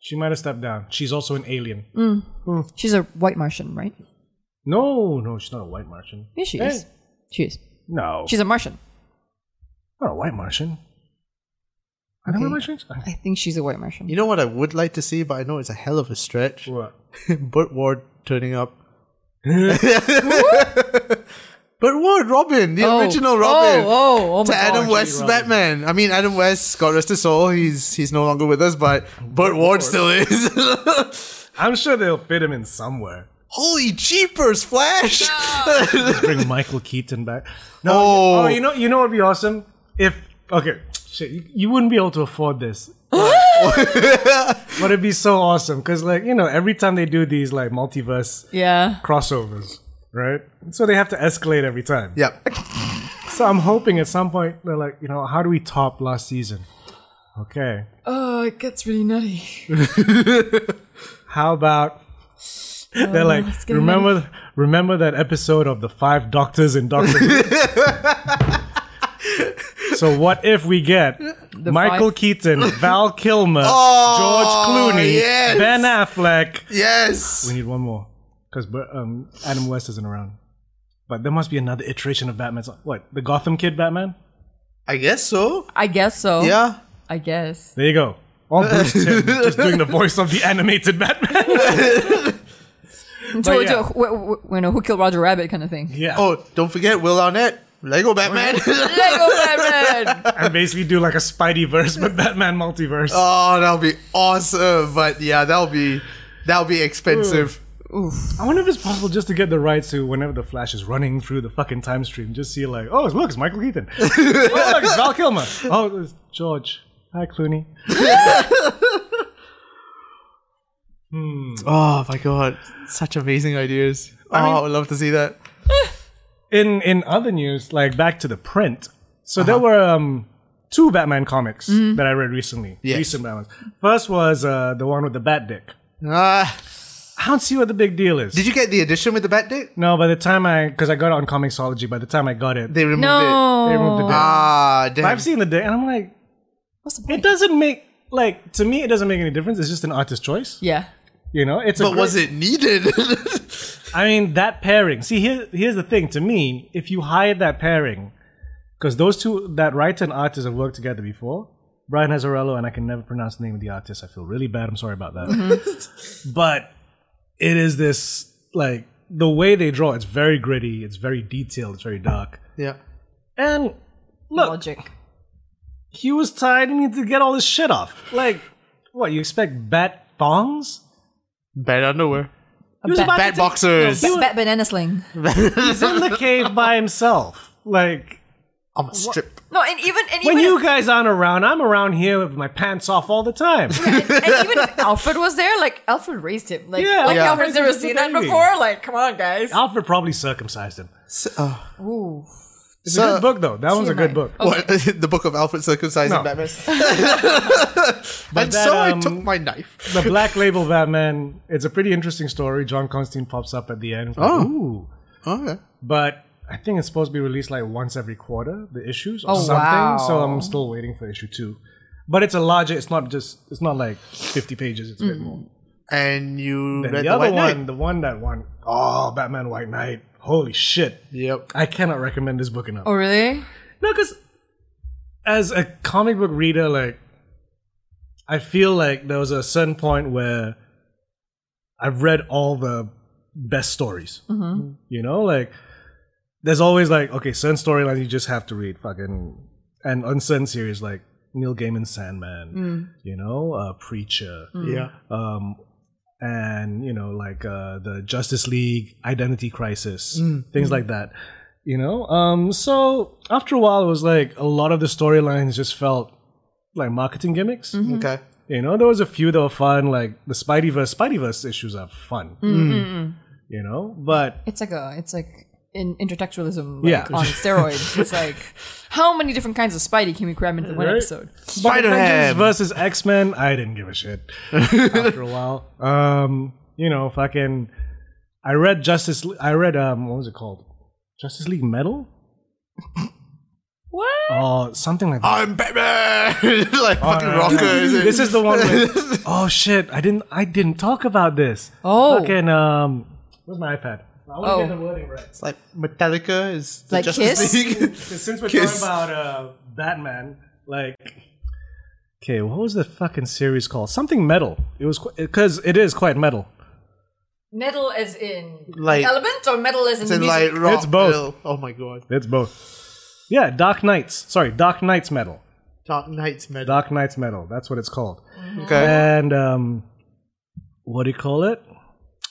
S3: She might have stepped down. She's also an alien.
S1: She's a white Martian, right?
S3: No, no, she's not a white Martian.
S1: Yeah, she
S3: Eh,
S1: is. She is.
S3: No.
S1: She's a Martian.
S3: Not a white Martian. I don't know
S1: Okay.
S3: Martians.
S1: I think she's a white Martian.
S2: You know what I would like to see, but I know it's a hell of a stretch.
S3: What?
S2: Burt Ward turning up. But what Robin, the
S1: Oh.
S2: original Robin,
S1: Oh, oh, oh
S2: to
S1: my God.
S2: Adam West's
S3: Actually, Robin.
S2: Batman. I mean, Adam West, God rest his soul, he's he's no longer with us, but Burt Ward still is.
S3: I'm sure they'll fit him in somewhere.
S2: Holy jeepers, Flash!
S3: Bring Michael Keaton back. No,
S2: Oh.
S3: oh, you know, you know what'd be awesome if okay, shit, you, you wouldn't be able to afford this. but it'd be so awesome because, like, you know, every time they do these like multiverse
S1: Yeah.
S3: crossovers, right? So they have to escalate every time.
S2: yep.
S3: So I'm hoping at some point they're like, you know, how do we top last season? Okay,
S1: Oh, it gets really nutty.
S3: how about
S2: Oh,
S3: they're like,
S1: it's getting
S3: remember, remember that episode of the Five Doctors in Doctor. Who?" so what if we get Michael
S1: five-
S3: Keaton, Val Kilmer,
S2: Oh,
S3: George Clooney,
S2: yes.
S3: Ben Affleck?
S2: Yes.
S3: We need one more because um, Adam West isn't around. But there must be another iteration of Batman. What the Gotham Kid Batman?
S2: I guess so.
S1: I guess so.
S2: Yeah.
S1: I guess.
S3: There you go. All Bruce Tim just doing the voice of the animated Batman.
S1: To, to,
S3: yeah.
S1: wh- wh- wh- you know, who killed Roger Rabbit kind of thing.
S3: Yeah.
S2: Oh, don't forget Will Arnett, Lego Batman.
S1: Lego Batman!
S3: and basically do like a Spidey verse, but Batman multiverse.
S2: oh, that'll be awesome. But yeah, that'll be that'll be expensive.
S3: I wonder if it's possible just to get the rights to whenever the Flash is running through the fucking time stream, just see like, oh look, it's Michael Keaton. oh look, it's Val Kilmer. Oh, it's George. Hi, Clooney.
S2: Oh my god, such amazing ideas. oh, I would love to see that.
S3: In in other news, like back to the print. So
S2: Uh-huh.
S3: there were um, two Batman comics that I read recently.
S2: Mm-hmm. Yes.
S3: Recent Batman. First was uh, the one with the bat dick.
S2: Ah,
S3: I don't see what the big deal is.
S2: did you get the edition with the bat dick?
S3: No, by the time I, because I got it on Comixology, by the time I got it,
S2: They removed it.
S3: they removed the
S1: No.
S3: dick.
S2: Ah, damn.
S3: I've seen the dick, and I'm like,
S1: What's the
S3: it
S1: point?
S3: doesn't make, like, to me, it doesn't make any difference. It's just an artist choice.
S1: Yeah.
S3: You know, it's a
S2: but
S3: great-
S2: was it needed?
S3: I mean, that pairing. See, here, here's the thing. To me, if you hired that pairing, because those two, that writer and artist have worked together before, Brian Hazarello, and I can never pronounce the name of the artist. I feel really bad. I'm sorry about that. but it is this, like, the way they draw, it's very gritty, it's very detailed, it's very dark.
S2: yeah.
S3: And look,
S1: Logic.
S3: he was tired and needed to get all his shit off. Like, what, you expect bat thongs?
S2: Bad underwear.
S1: A bat,
S3: about
S1: bat,
S2: Bad
S3: to take-
S2: boxers.
S3: No, he was-
S1: banana sling.
S3: He's in the cave by himself. Like,
S2: I'm a strip.
S1: No, and even and
S3: when
S1: even
S3: you guys aren't around, I'm around here with my pants off all the time.
S1: if, and, and even if Alfred was there, like Alfred raised him. Like,
S3: Yeah,
S1: like
S3: yeah.
S1: Alfred's never
S3: Alfred's a
S1: seen that
S3: baby.
S1: before. Like, come on, guys.
S3: Alfred probably circumcised him.
S2: So, uh,
S1: Ooh.
S3: It's
S2: So-
S3: a good book, though. That one's a good
S1: TMI. Oh.
S3: book.
S2: what, the book of Alfred circumcising
S3: No.
S2: Batman.
S3: But
S2: and
S3: that,
S2: so I
S3: um,
S2: took my knife.
S3: the Black Label Batman, it's a pretty interesting story. John Constantine pops up at the end.
S2: Oh.
S3: Ooh.
S2: Okay.
S3: But I think it's supposed to be released like once every quarter, the issues or
S1: Oh,
S3: something.
S1: wow.
S3: So I'm still waiting for issue two. But it's a larger, it's not just, it's not like 50 pages, it's a
S1: Mm.
S3: bit more.
S2: And you
S3: And
S2: read
S3: the other
S2: White
S3: one,
S2: Knight.
S3: the one that won, oh, Batman White Knight. Holy shit.
S2: Yep.
S3: I cannot recommend this book enough.
S1: Oh, really?
S3: No, because as a comic book reader, like I feel like there was a certain point where I've read all the best stories. You know, like there's always like okay, certain storylines you just have to read, fucking, and on certain series like Neil Gaiman's Sandman, you know, uh, Preacher,
S2: Yeah.
S3: um, and you know like uh, the Justice League identity crisis, things like that. You know, um, so after a while, it was like a lot of the storylines just felt like marketing gimmicks.
S1: Mm.
S2: Okay.
S3: You know, there was a few that were fun, like the Spideyverse. Spideyverse issues are fun. You know, but
S1: It's like a. It's like in intertextualism.
S3: Yeah.
S1: yeah. On steroids. it's like how many different kinds of Spidey can we cram into one
S3: Right?
S1: episode?
S3: Avengers
S2: Spider-Ham.
S3: versus X Men, I didn't give a shit after a while. Um, you know, fucking. I read Justice. Le- I read um, what was it called? Justice League Metal
S1: What?
S3: or something like that.
S2: I'm Batman. like fucking eh?
S3: Alright.
S2: rocker. Oh, is it?
S3: This is the one. With, oh shit! I didn't. I didn't talk about this.
S1: Oh.
S3: Fucking um. Where's my iPad? I want to
S1: Oh.
S3: get the wording right.
S2: It's like Metallica is the
S1: Like
S2: Justice
S1: Kiss?
S2: League.
S3: 'Cause since we're
S2: Kiss.
S3: talking about uh, Batman, like. Okay, what was the fucking series called? Something metal. It was because it is quite metal.
S1: Metal as in
S2: Like-
S1: elements or metal as in
S2: It's in
S1: music?
S2: like rock.
S3: It's both.
S2: metal. Oh my god.
S3: It's both. Yeah, Dark Knights. Sorry, Dark Knights metal.
S2: Dark Knight's metal.
S3: Dark Knights metal. That's what it's called.
S2: Okay.
S3: And um, what do you call it?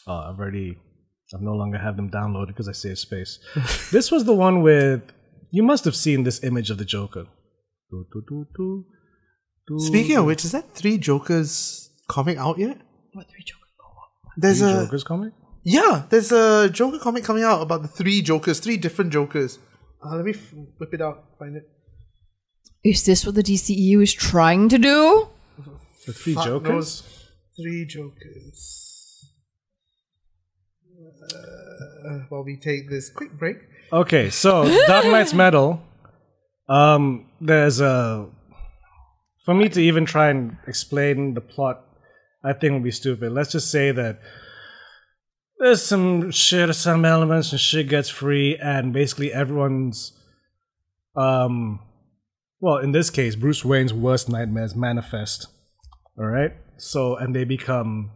S3: Oh, I've already. I've no longer have them downloaded because I saved space. this was the one with. You must have seen this image of the Joker. Do, do, do, do, do.
S2: Speaking of which, is that Three Jokers comic out yet?
S1: What three jokers?
S2: There's
S3: Three
S2: a
S3: Jokers comic.
S2: yeah. There's a Joker comic coming out about the three Jokers, three different Jokers. Uh, let me f- whip it out, find it.
S1: Is this what the DCEU is trying to do?
S3: The Three
S2: Fuck
S3: Jokers.
S2: knows. Three Jokers. Uh, while we take this quick break,
S3: Okay, so Dark Knight's Metal. Um, there's a. For me to even try and explain the plot, I think would be stupid. Let's just say that there's some shit, some elements, and shit gets free, and basically everyone's. Um, well, in this case, Bruce Wayne's worst nightmares manifest. All right, so and they become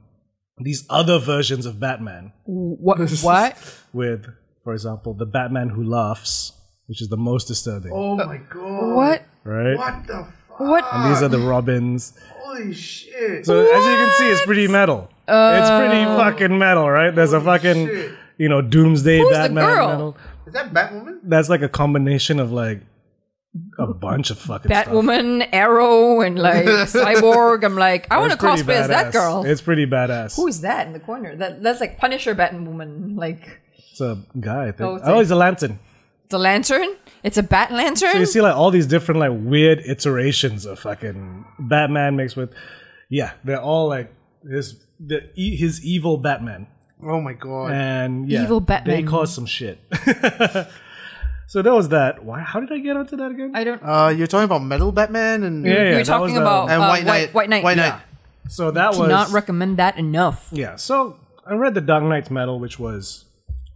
S3: these other versions of Batman
S1: What? what?
S3: with, for example, the Batman who laughs, which is the most disturbing,
S2: oh my god!
S1: What?
S3: right?
S2: What the fuck?
S1: What?
S3: And these are the Robins.
S2: Holy shit!
S3: So as you can see, it's pretty metal. it's pretty
S1: Oh.
S3: fucking metal, right? There's a fucking,
S2: shit.
S3: you know, doomsday
S1: Who's the
S3: Batman
S1: girl?
S3: metal.
S2: is that Batwoman?
S3: That's like a combination of like a bunch of fucking stuff.
S1: Batwoman, Arrow, and like Cyborg. I'm like, I want to
S3: It's pretty
S1: cosplay as that
S3: badass.
S1: girl.
S3: It's pretty badass.
S1: Who is that in the corner? That that's like Punisher, Batwoman. Like
S3: It's a guy, I think.
S1: Oh,
S3: Oh,
S1: it's like-
S3: he's a lantern.
S1: it's a lantern. It's a bat
S3: So you
S1: lantern.
S3: see like all these different like weird iterations of fucking Batman mixed with, yeah, they're all like his the e- his evil Batman.
S2: Oh my god!
S3: and yeah,
S1: Evil Batman.
S3: They caused some shit. so that was that. Why? How did I get onto that again?
S1: I don't.
S2: Uh, you're talking about metal Batman and
S3: yeah,
S1: You're
S3: that was
S1: talking
S3: the-
S1: about
S2: and
S1: uh,
S2: White Knight.
S1: White Knight.
S2: White Knight.
S3: so that was
S1: Not recommend that enough.
S3: yeah. So I read the Dark Knight's Metal, which was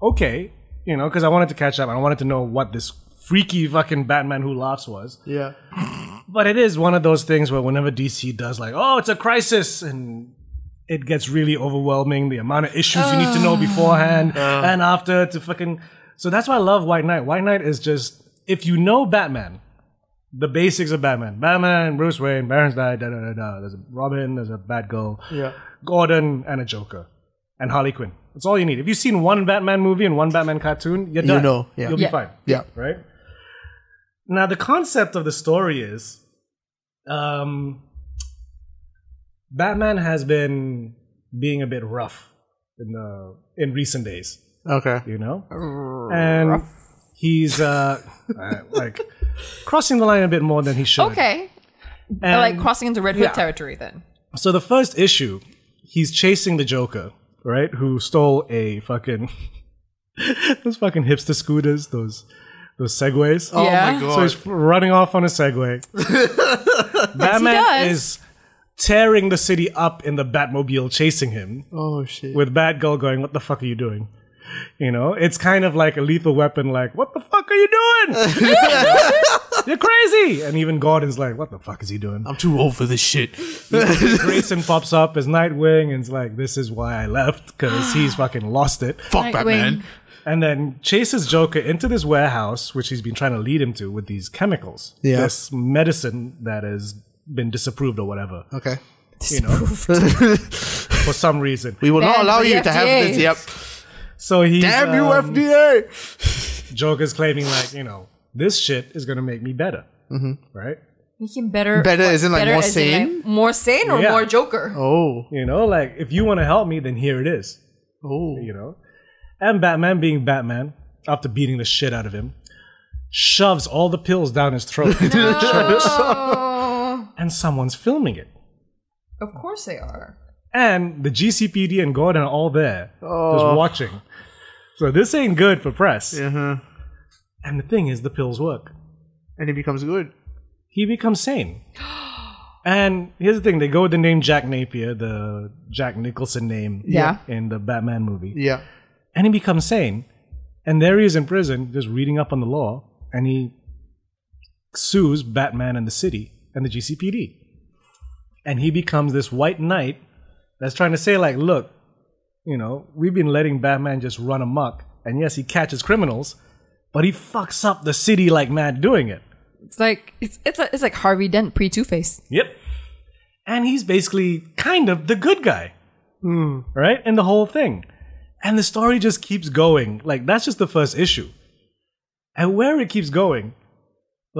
S3: okay, you know, because I wanted to catch up. I wanted to know what this freaky fucking Batman who laughs was.
S2: Yeah.
S3: But it is one of those things where whenever DC does like, oh, it's a crisis and. It gets really overwhelming. The amount of issues you need to know beforehand
S2: Uh.
S3: and after to fucking. So that's why I love White Knight. White Knight is just if you know Batman, the basics of Batman. Batman, Bruce Wayne, Baron's died, da da da da. There's a Robin, there's a Batgirl,
S2: Yeah.
S3: Gordon, and a Joker, and Harley Quinn. That's all you need. If you've seen one Batman movie and one Batman cartoon, you're done.
S2: know, yeah.
S3: You'll
S1: Yeah.
S3: be fine.
S2: Yeah.
S3: Right. Now the concept of the story is, um, Batman has been being a bit rough in the in recent days.
S2: Okay.
S3: You know, and he's uh, uh, like crossing the line a bit more than he should.
S1: Okay,
S3: And-
S1: like crossing into Red Hood
S3: yeah.
S1: territory then.
S3: so the first issue, he's chasing the Joker, right? Who stole a fucking those fucking hipster scooters, those those segways.
S2: Oh
S1: Yeah.
S2: my
S3: So
S2: god!
S3: he's f- running off on a Segway.
S1: does.
S3: Batman is tearing the city up in the Batmobile chasing him
S2: oh shit!
S3: with Batgirl going, What the fuck are you doing? You know, it's kind of like a lethal weapon, like, What the fuck are you doing? You're crazy! And even Gordon's like, What the fuck is he doing?
S2: I'm too old for this shit.
S3: Grayson pops up as Nightwing and's like, This is why I left, because he's fucking lost it.
S2: Fuck Batman.
S3: And then chases Joker into this warehouse, which he's been trying to lead him to with these chemicals.
S2: Yeah.
S3: This medicine that has been disapproved or whatever
S2: Okay.
S3: for some reason.
S2: We will
S1: Banned
S2: not allow
S1: by
S2: you
S1: the
S2: to have
S1: FDA.
S2: this. Yep.
S3: So he's
S2: Damn you,
S3: um,
S2: FDA.
S3: Joker's claiming like, you know, this shit is gonna make me better. Mm-hmm. Right?
S1: Make him better.
S2: Better isn't like
S1: better
S2: more
S1: as in, like,
S2: sane.
S1: more sane or
S3: Yeah.
S1: more Joker?
S2: Oh.
S3: You know, like if you want to help me, then here it is.
S2: Oh.
S3: You know, and Batman, being Batman, after beating the shit out of him, shoves all the pills down his throat,
S1: Oh,
S3: and someone's filming it.
S1: of course they are.
S3: And the GCPD and Gordon are all there, just watching. So this ain't good for press.
S2: Uh-huh.
S3: And the thing is, the pills work.
S2: And he becomes good.
S3: he becomes sane. And here's the thing: they go with the name Jack Napier, the Jack Nicholson name,
S1: Yeah.
S3: in the Batman movie,
S2: Yeah.
S3: and he becomes sane. And there he is in prison, just reading up on the law, and he sues Batman and the city and the GCPD, and he becomes this white knight that's trying to say, like, look, You know, we've been letting Batman just run amok, and yes, he catches criminals, but he fucks up the city like mad doing it.
S1: It's like it's it's, a, it's like Harvey Dent pre Two Face.
S3: Yep. And he's basically kind of the good guy,
S2: Hmm.
S3: right? In the whole thing. And the story just keeps going. Like, that's just the first issue. And where it keeps going,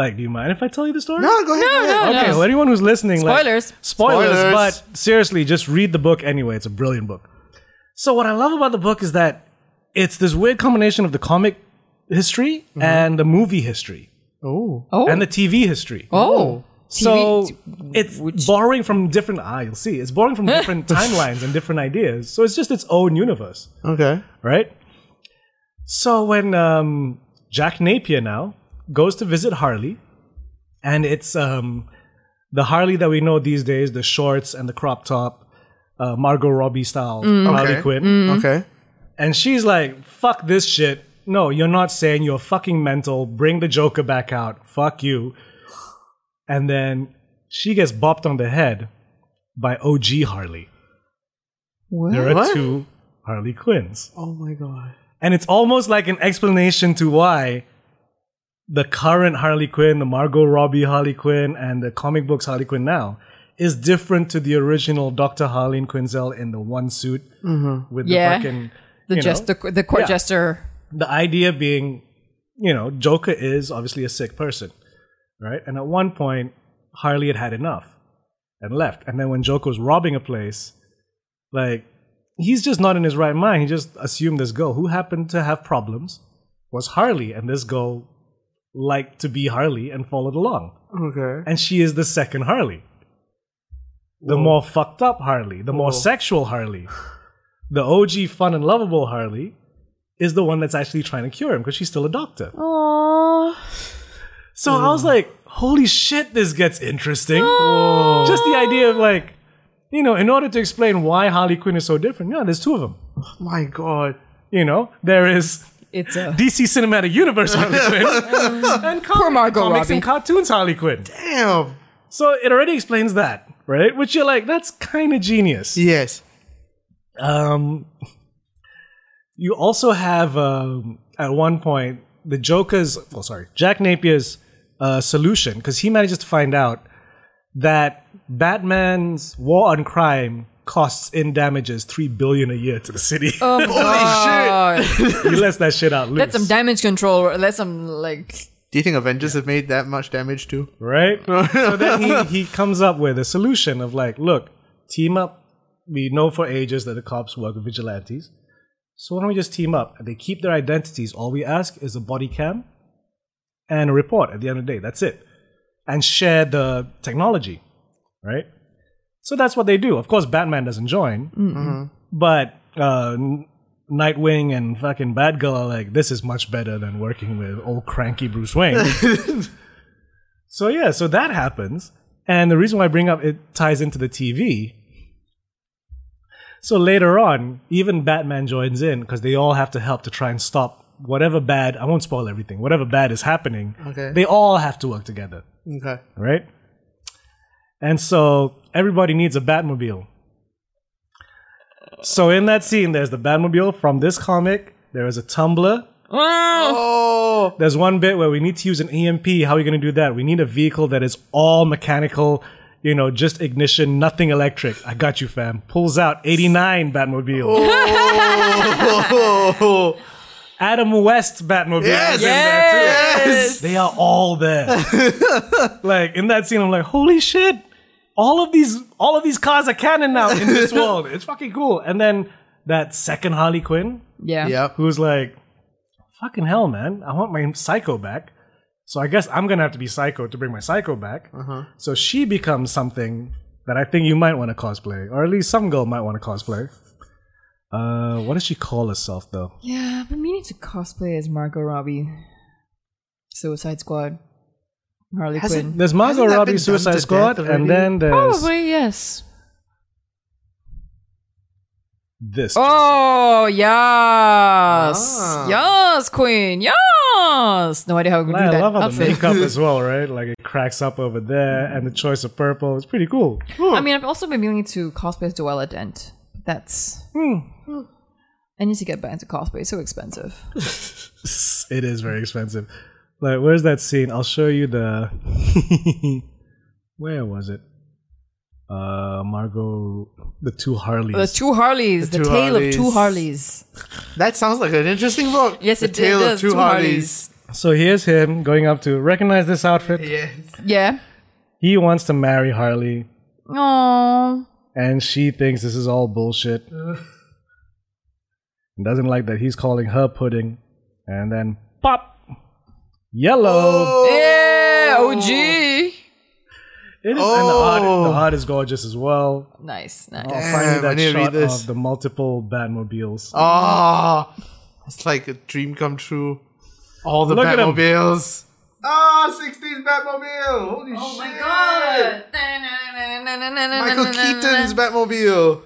S3: like, do you mind if I tell you the story?
S2: No, go ahead. go ahead.
S1: no,
S3: Okay, well, anyone who's listening,
S1: Spoilers.
S3: Like, spoilers,
S2: Spoilers.
S3: But seriously, just read the book anyway. It's a brilliant book. So what I love about the book is that it's this weird combination of the comic history and the movie history
S2: Mm-hmm. Oh.
S1: Oh,
S3: and the TV history.
S1: oh,
S3: So
S1: TV
S3: it's borrowing from different. Ah, you'll see. It's borrowing from different timelines and different ideas. So it's just its own universe
S2: Okay.
S3: right? So when um, Jack Napier now goes to visit Harley, and it's um, the Harley that we know these days, the shorts and the crop top, uh, Margot Robbie style Harley
S2: Okay.
S3: Quinn,
S2: Okay.
S3: and she's like, "Fuck this shit." No, you're not saying you're fucking mental. Bring the Joker back out. Fuck you. And then she gets bopped on the head by OG Harley. There are
S2: What?
S3: two Harley Quinns.
S2: Oh my god.
S3: And it's almost like an explanation to why the current Harley Quinn, the Margot Robbie Harley Quinn, and the comic books Harley Quinn now is different to the original Dr. Harleen Quinzel in the one suit with
S1: Yeah.
S3: the fucking
S1: the
S3: you know,
S1: jester, the court
S3: Yeah.
S1: jester.
S3: the idea being, you know, Joker is obviously a sick person, right? And at one point, Harley had had enough and left. And then when Joker was robbing a place, like, he's just not in his right mind. He just assumed this girl who happened to have problems was Harley. And this girl liked to be Harley and followed along.
S2: Okay.
S3: And she is the second Harley. The more fucked up Harley, the more sexual Harley, the OG fun and lovable Harley is the one that's actually trying to cure him because she's still a doctor.
S1: Oh,
S3: So I was like, holy shit, this gets interesting. Just the idea of like, you know, in order to explain why Harley Quinn is so different, yeah, there's two of them.
S2: My god.
S3: You know, there is
S1: it's a
S3: DC Cinematic Universe Harley Quinn and comic,
S1: Margot
S3: comics
S1: Robbie.
S3: and cartoons Harley Quinn.
S2: Damn.
S3: So it already explains that, right? Which you're like, that's kind of genius.
S2: Yes.
S3: Um, you also have um, at one point the Joker's, well, sorry, Jack Napier's uh, solution because he manages to find out that Batman's war on crime costs in damages three billion a year to the city.
S1: Oh.
S2: Holy Oh, shit.
S1: God.
S3: he lets that shit out loose,
S1: Let some damage control. Let some like
S2: Do you think Avengers have made that much damage too?
S3: right? so then he he comes up with a solution of like, look, team up. We know for ages that the cops work with vigilantes. So why don't we just team up? They keep their identities. All we ask is a body cam and a report at the end of the day. That's it. And share the technology, right? So that's what they do. Of course, Batman doesn't join, but uh, N- Nightwing and fucking Batgirl are like, this is much better than working with old cranky Bruce Wayne. so yeah, so that happens. And the reason why I bring up it ties into the TV so later on, even Batman joins in because they all have to help to try and stop whatever bad. I won't spoil everything. Whatever bad is happening,
S2: Okay.
S3: they all have to work together,
S2: Okay.
S3: right? And so everybody needs a Batmobile. So in that scene, there's the Batmobile from this comic. There is a tumbler.
S2: Oh.
S3: There's one bit where we need to use an EMP. How are we going to do that? We need a vehicle that is all mechanical, you know, just ignition, nothing electric. I got you, fam. Pulls out 89 Batmobile.
S2: oh.
S3: Adam West Batmobile.
S2: Yes!
S3: is in there too.
S1: Yes!
S3: They are all there. like in that scene, I'm like, holy shit! All of these, all of these cars are canon now in this world. It's fucking cool. And then that second Harley Quinn,
S1: yeah.
S2: Yep.
S3: who's like, fucking hell, man! I want my Psycho back. So I guess I'm gonna have to be Psycho to bring my Psycho back.
S2: Uh-huh.
S3: So she becomes something that I think you might want to cosplay, or at least some girl might want to cosplay. Uh, what does she call herself though?
S1: Yeah, I've been meaning to cosplay as Margot Robbie, Suicide Squad, Harley
S2: Has it-
S1: Quinn.
S3: There's Margot
S2: Hasn't that been
S3: Robbie
S2: done to
S3: Suicide
S2: death
S3: Squad,
S2: already?
S3: and then there's
S1: Probably yes.
S3: this.
S1: Oh yes,
S2: Ah.
S1: yes, Queen, yes. No idea how I'm gonna
S3: I
S1: do that
S3: love how the
S1: outfit.
S3: makeup as well, right? Like it cracks up over there,
S1: Mm-hmm.
S3: and the choice of purple. It's pretty cool.
S1: I mean, I've also been meaning to cosplay as Joella Dent. That's I need to get back into cosplay. It's so expensive.
S3: It is very expensive. Like, where's that scene? I'll show you the. Where was it? Uh, Margot, the two Harleys.
S1: The two Harleys, the,
S2: two
S1: tale of two Harleys.
S2: Harleys. That sounds like an interesting book.
S1: Yes,
S2: the
S1: it, it
S2: Tale
S1: does.
S2: of Two, Harleys.
S3: so here's him going up to recognize this outfit.
S2: Yes.
S1: Yeah.
S3: He wants to marry Harley,
S1: Oh.
S3: and she thinks this is all bullshit. And Doesn't like that he's calling her pudding, and then pop,
S1: Oh!
S3: yellow.
S2: Oh.
S1: Yeah. OG.
S3: It is, and the
S2: Oh.
S3: art, the art is gorgeous as well.
S1: Nice.
S3: I'll
S1: Nice.
S2: Damn,
S3: find you
S2: I
S3: that
S2: need to read
S3: shot
S2: this.
S3: of the multiple Batmobiles.
S2: Ah, it's like a dream come true. All the
S3: Look at 'em.
S2: Batmobiles. Ah, 60s Batmobile. Holy oh shit. my Michael Keaton's Batmobile.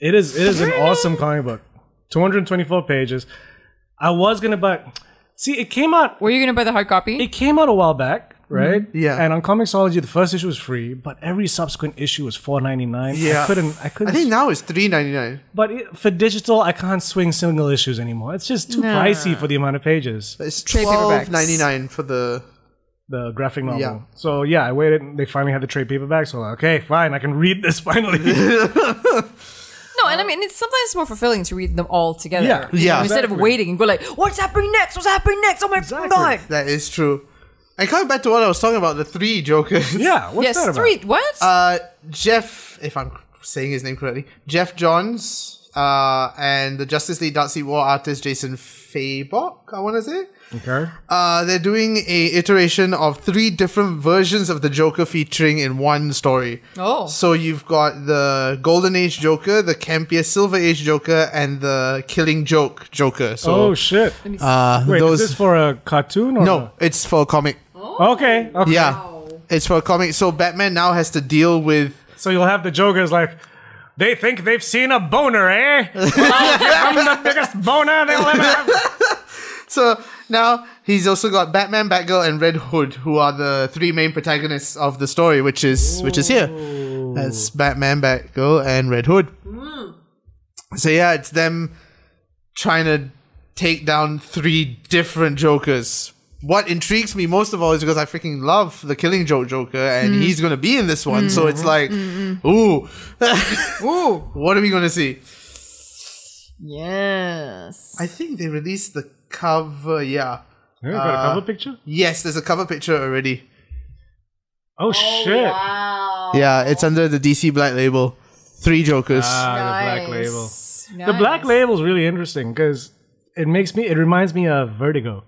S3: It is it is an awesome comic book. 224 pages. I was gonna buy see it came out
S1: Were you gonna buy the hard copy?
S3: it came out a while back, right?
S2: Mm-hmm. Yeah.
S3: And on Comixology the first issue was free, but every subsequent issue was 4.99.
S2: Yeah.
S3: I couldn't I couldn't
S2: I think now it's three ninety nine.
S3: but it, for digital I can't swing single issues anymore. It's just too
S1: Nah.
S3: pricey for the amount of pages.
S2: It's
S1: Trade paperbacks.
S2: twelve ninety nine for the.
S3: The graphic novel.
S2: Yeah.
S3: So yeah, I waited and they finally had the trade paperback, so like, okay, fine, I can read this finally.
S1: No, and I mean it's sometimes more fulfilling to read them all together.
S3: Yeah,
S2: yeah.
S1: Instead of
S3: Exactly.
S1: waiting and go like, what's happening next? What's happening next? Oh my god.
S2: That is true. And coming back to what I was talking about, the three Jokers.
S3: yeah, what's that
S1: yes,
S3: about?
S1: three. What?
S2: Uh, Jeff, if I'm saying his name correctly, Jeff Johns, uh, and the Justice League Dark Seed War artist Jason Fabok, I want to say.
S3: Okay.
S2: Uh, they're doing a iteration of three different versions of the Joker featuring in one story.
S1: Oh.
S2: So you've got the Golden Age Joker, the campier Silver Age Joker, and the Killing Joke Joker. So
S3: oh shit.
S2: uh,
S3: Wait,
S2: those
S3: is this for a cartoon or
S2: no, it's for a comic.
S3: Okay.
S1: Oh.
S3: Okay.
S2: Yeah, it's for a comic. So Batman now has to deal with
S3: So you'll have the Joker's like, they think they've seen a boner, eh? Well, I'll give them the biggest boner they'll ever have.
S2: So now he's also got Batman, Batgirl, and Red Hood, who are the three main protagonists of the story, which is which is here. That's Batman, Batgirl, and Red Hood. So yeah, it's them trying to take down three different Jokers. What intrigues me most of all is because I freaking love the Killing Joke Joker, and he's gonna be in this one. So it's like, ooh,
S1: Ooh.
S2: what are we gonna see?
S1: Yes.
S2: I think they released the cover. Yeah,
S3: You got a
S2: Uh,
S3: cover picture?
S2: yes, there's a cover picture already.
S3: Oh, shit.
S1: Wow.
S2: Yeah, it's under the DC Black Label. Three Jokers.
S3: Ah. the black label. The black label's really interesting because it makes me. It reminds me of Vertigo.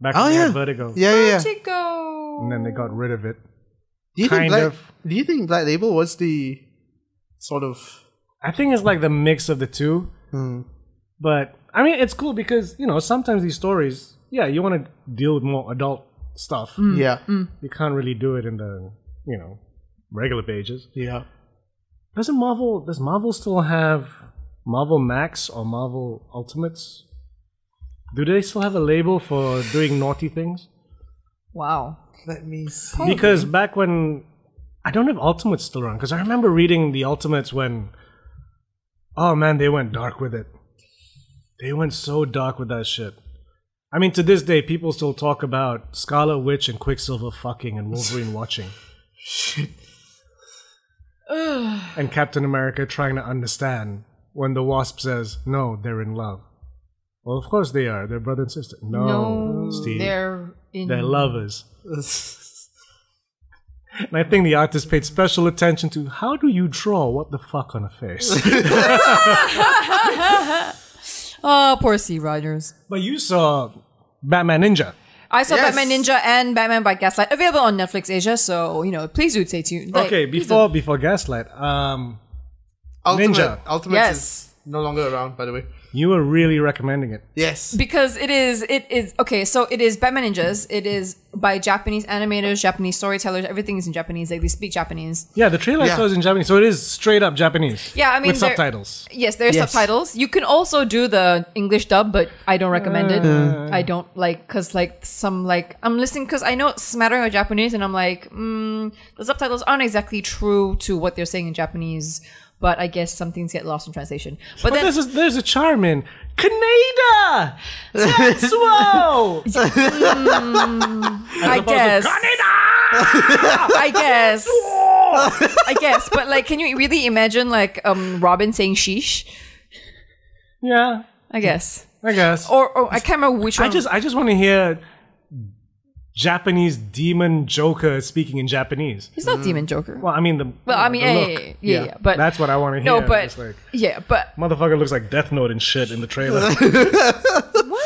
S3: Back
S2: oh
S3: when they
S2: yeah,
S3: had Vertigo.
S2: Yeah, yeah. yeah.
S3: And then they got rid of it.
S2: Do you
S3: kind
S2: think Black?
S3: of.
S2: Do you think Black Label was the sort of?
S3: I think it's like the mix of the two. But I mean, it's cool because you know sometimes these stories, yeah, you want to deal with more adult stuff.
S1: Mm,
S2: Yeah,
S3: You can't really do it in the you know regular pages.
S2: yeah.
S3: Doesn't Marvel does Marvel still have Marvel Max or Marvel Ultimates? Do they still have a label for doing naughty things?
S1: Wow.
S2: Let me see.
S3: Because back when I don't know if Ultimates still around because I remember reading the Ultimates when oh man they went dark with it. They went so dark with that shit. I mean to this day people still talk about Scarlet Witch and Quicksilver fucking and Wolverine watching and Captain America trying to understand when the Wasp says no they're in love. Well of course they are. They're brother and sister. No,
S1: No,
S3: Oh, Steve.
S1: they're in.
S3: They're lovers. And I think the artist paid special attention to how do you draw what the fuck on a face.
S1: oh, poor C. Rogers.
S3: but you saw Batman Ninja.
S1: I saw
S2: Yes.
S1: Batman Ninja and Batman by Gaslight available on Netflix Asia, so you know, please do stay tuned. Like,
S3: okay,
S1: please
S3: before before Gaslight, um,
S2: Ultimate,
S3: Ninja.
S2: Ultimate
S1: Yes.
S2: is no longer around, by the way.
S3: you were really recommending it.
S2: Yes.
S1: because it is it is okay so it is batman ninjas it is by japanese animators japanese storytellers everything is in japanese like they speak japanese
S3: Yeah, the trailer I
S2: Yeah.
S3: saw is in Japanese, so it is straight up Japanese.
S1: Yeah, I mean,
S3: with
S1: they're-
S3: subtitles.
S1: yes there are
S2: Yes.
S1: subtitles you can also do the english dub but i don't recommend it
S3: Hmm.
S1: i don't like because like some like i'm listening because i know it's smattering of "Hmm, japanese and i'm like mm, the subtitles aren't exactly true to what they're saying in japanese But I guess some things get lost in translation. But,
S3: But
S1: then,
S3: there's a, there's a charm in Kaneda! Tetsuo! As
S1: I
S3: opposed to
S1: guess,
S3: Kaneda!
S1: I guess, I guess. But like, can you really imagine like um Robin saying "sheesh"?
S3: Yeah,
S1: I guess,
S3: I guess.
S1: or, um, or I can't remember which one.
S3: I just I just want to hear Japanese demon Joker speaking in Japanese.
S1: He's not Demon Joker.
S3: Hmm. Well, I mean the
S1: Well, I mean, yeah,
S3: look.
S1: yeah, yeah, yeah, yeah, but-
S3: that's what I want to hear.
S1: no, but
S3: It's like,
S1: yeah, but
S3: motherfucker looks like Death Note and shit in the trailer.
S1: what?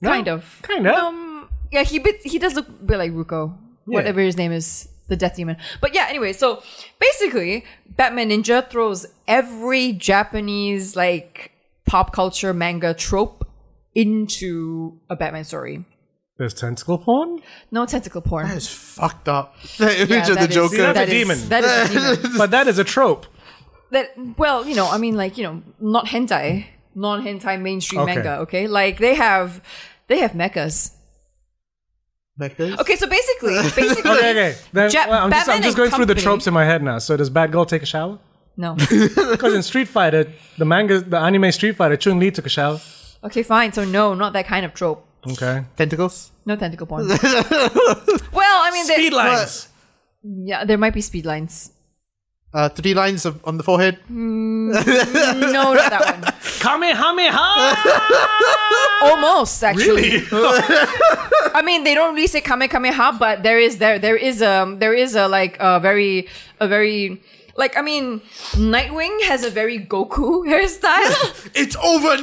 S3: No?
S1: Kind of.
S3: Kind of.
S1: Um. Yeah, he bit, he does look a bit like Ruko, whatever his name is, the Death Demon. But yeah, anyway, so basically, Batman Ninja throws every Japanese like pop culture manga trope into a Batman story.
S3: There's tentacle porn.
S1: No tentacle porn.
S2: It's fucked up. The image of the
S1: that is-
S2: Joker.
S1: that
S3: That's a
S1: is-
S3: demon.
S1: That is a demon.
S3: but that is a trope.
S1: that well, you know, I mean, like you know, not hentai, non hentai mainstream
S3: Okay.
S1: manga. Okay, like they have, they have mechas.
S2: Mechas?
S1: Okay, so basically, basically,
S3: Okay, okay. Then,
S1: Ja-
S3: well, I'm just, I'm
S1: Batman
S3: just
S1: and
S3: going through the
S1: company-
S3: tropes in my head now. So does Batgirl take a shower?
S1: no.
S3: Because in Street Fighter, the manga, the anime Street Fighter, Chun Li took a shower.
S1: Okay, fine. So no, not that kind of trope.
S3: Okay.
S2: Tentacles?
S1: No tentacle porn. well, I mean, there,
S3: Speed lines.
S1: yeah, there might be speed lines.
S2: Uh, three lines of, on the forehead?
S1: No, not that one.
S3: Kamehameha!
S1: Almost actually. I mean, they don't really say kamehameha, but there is there there is um there is a like a very a very like I mean, Nightwing has a very Goku hairstyle.
S2: It's over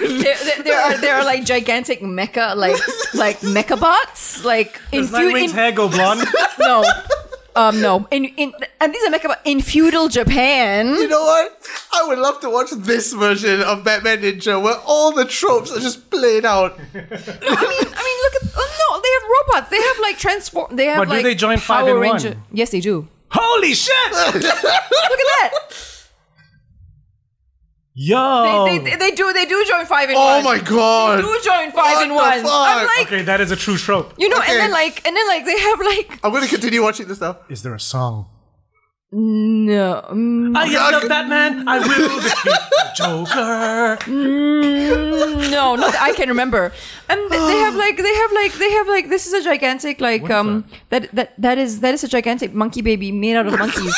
S1: there, there, there are there are like gigantic mecha like like mecha bots like infused
S3: Does Nightwing's hair go blonde?
S1: no um no in in and these are mecha bot- in feudal Japan.
S2: You know what? I would love to watch this version of Batman Ninja where all the tropes are just played out.
S1: I mean, I mean, look at oh, no, they have robots. They have like transform. They have
S3: But do
S1: like
S3: they join five in one?
S1: Yes, they do.
S3: Holy shit!
S1: Look at that.
S3: Yo!
S1: They, they, they do. They do join five in
S2: Oh
S1: one.
S2: my god!
S1: Do join five
S2: What
S1: in
S2: the
S1: one. I'm
S2: fuck?
S1: like,
S3: okay, that is a true trope.
S1: you know,
S2: Okay.
S1: and then like, and then like, they have like
S2: I'm gonna continue watching this now.
S3: Is there a song?
S1: no, mm,
S3: I am not Batman. I will defeat the Joker.
S1: no, not that I can remember. And th- they have like, they have like, they have like. This is a gigantic like
S3: is
S1: um that? that that is that is a gigantic monkey baby made out of monkeys.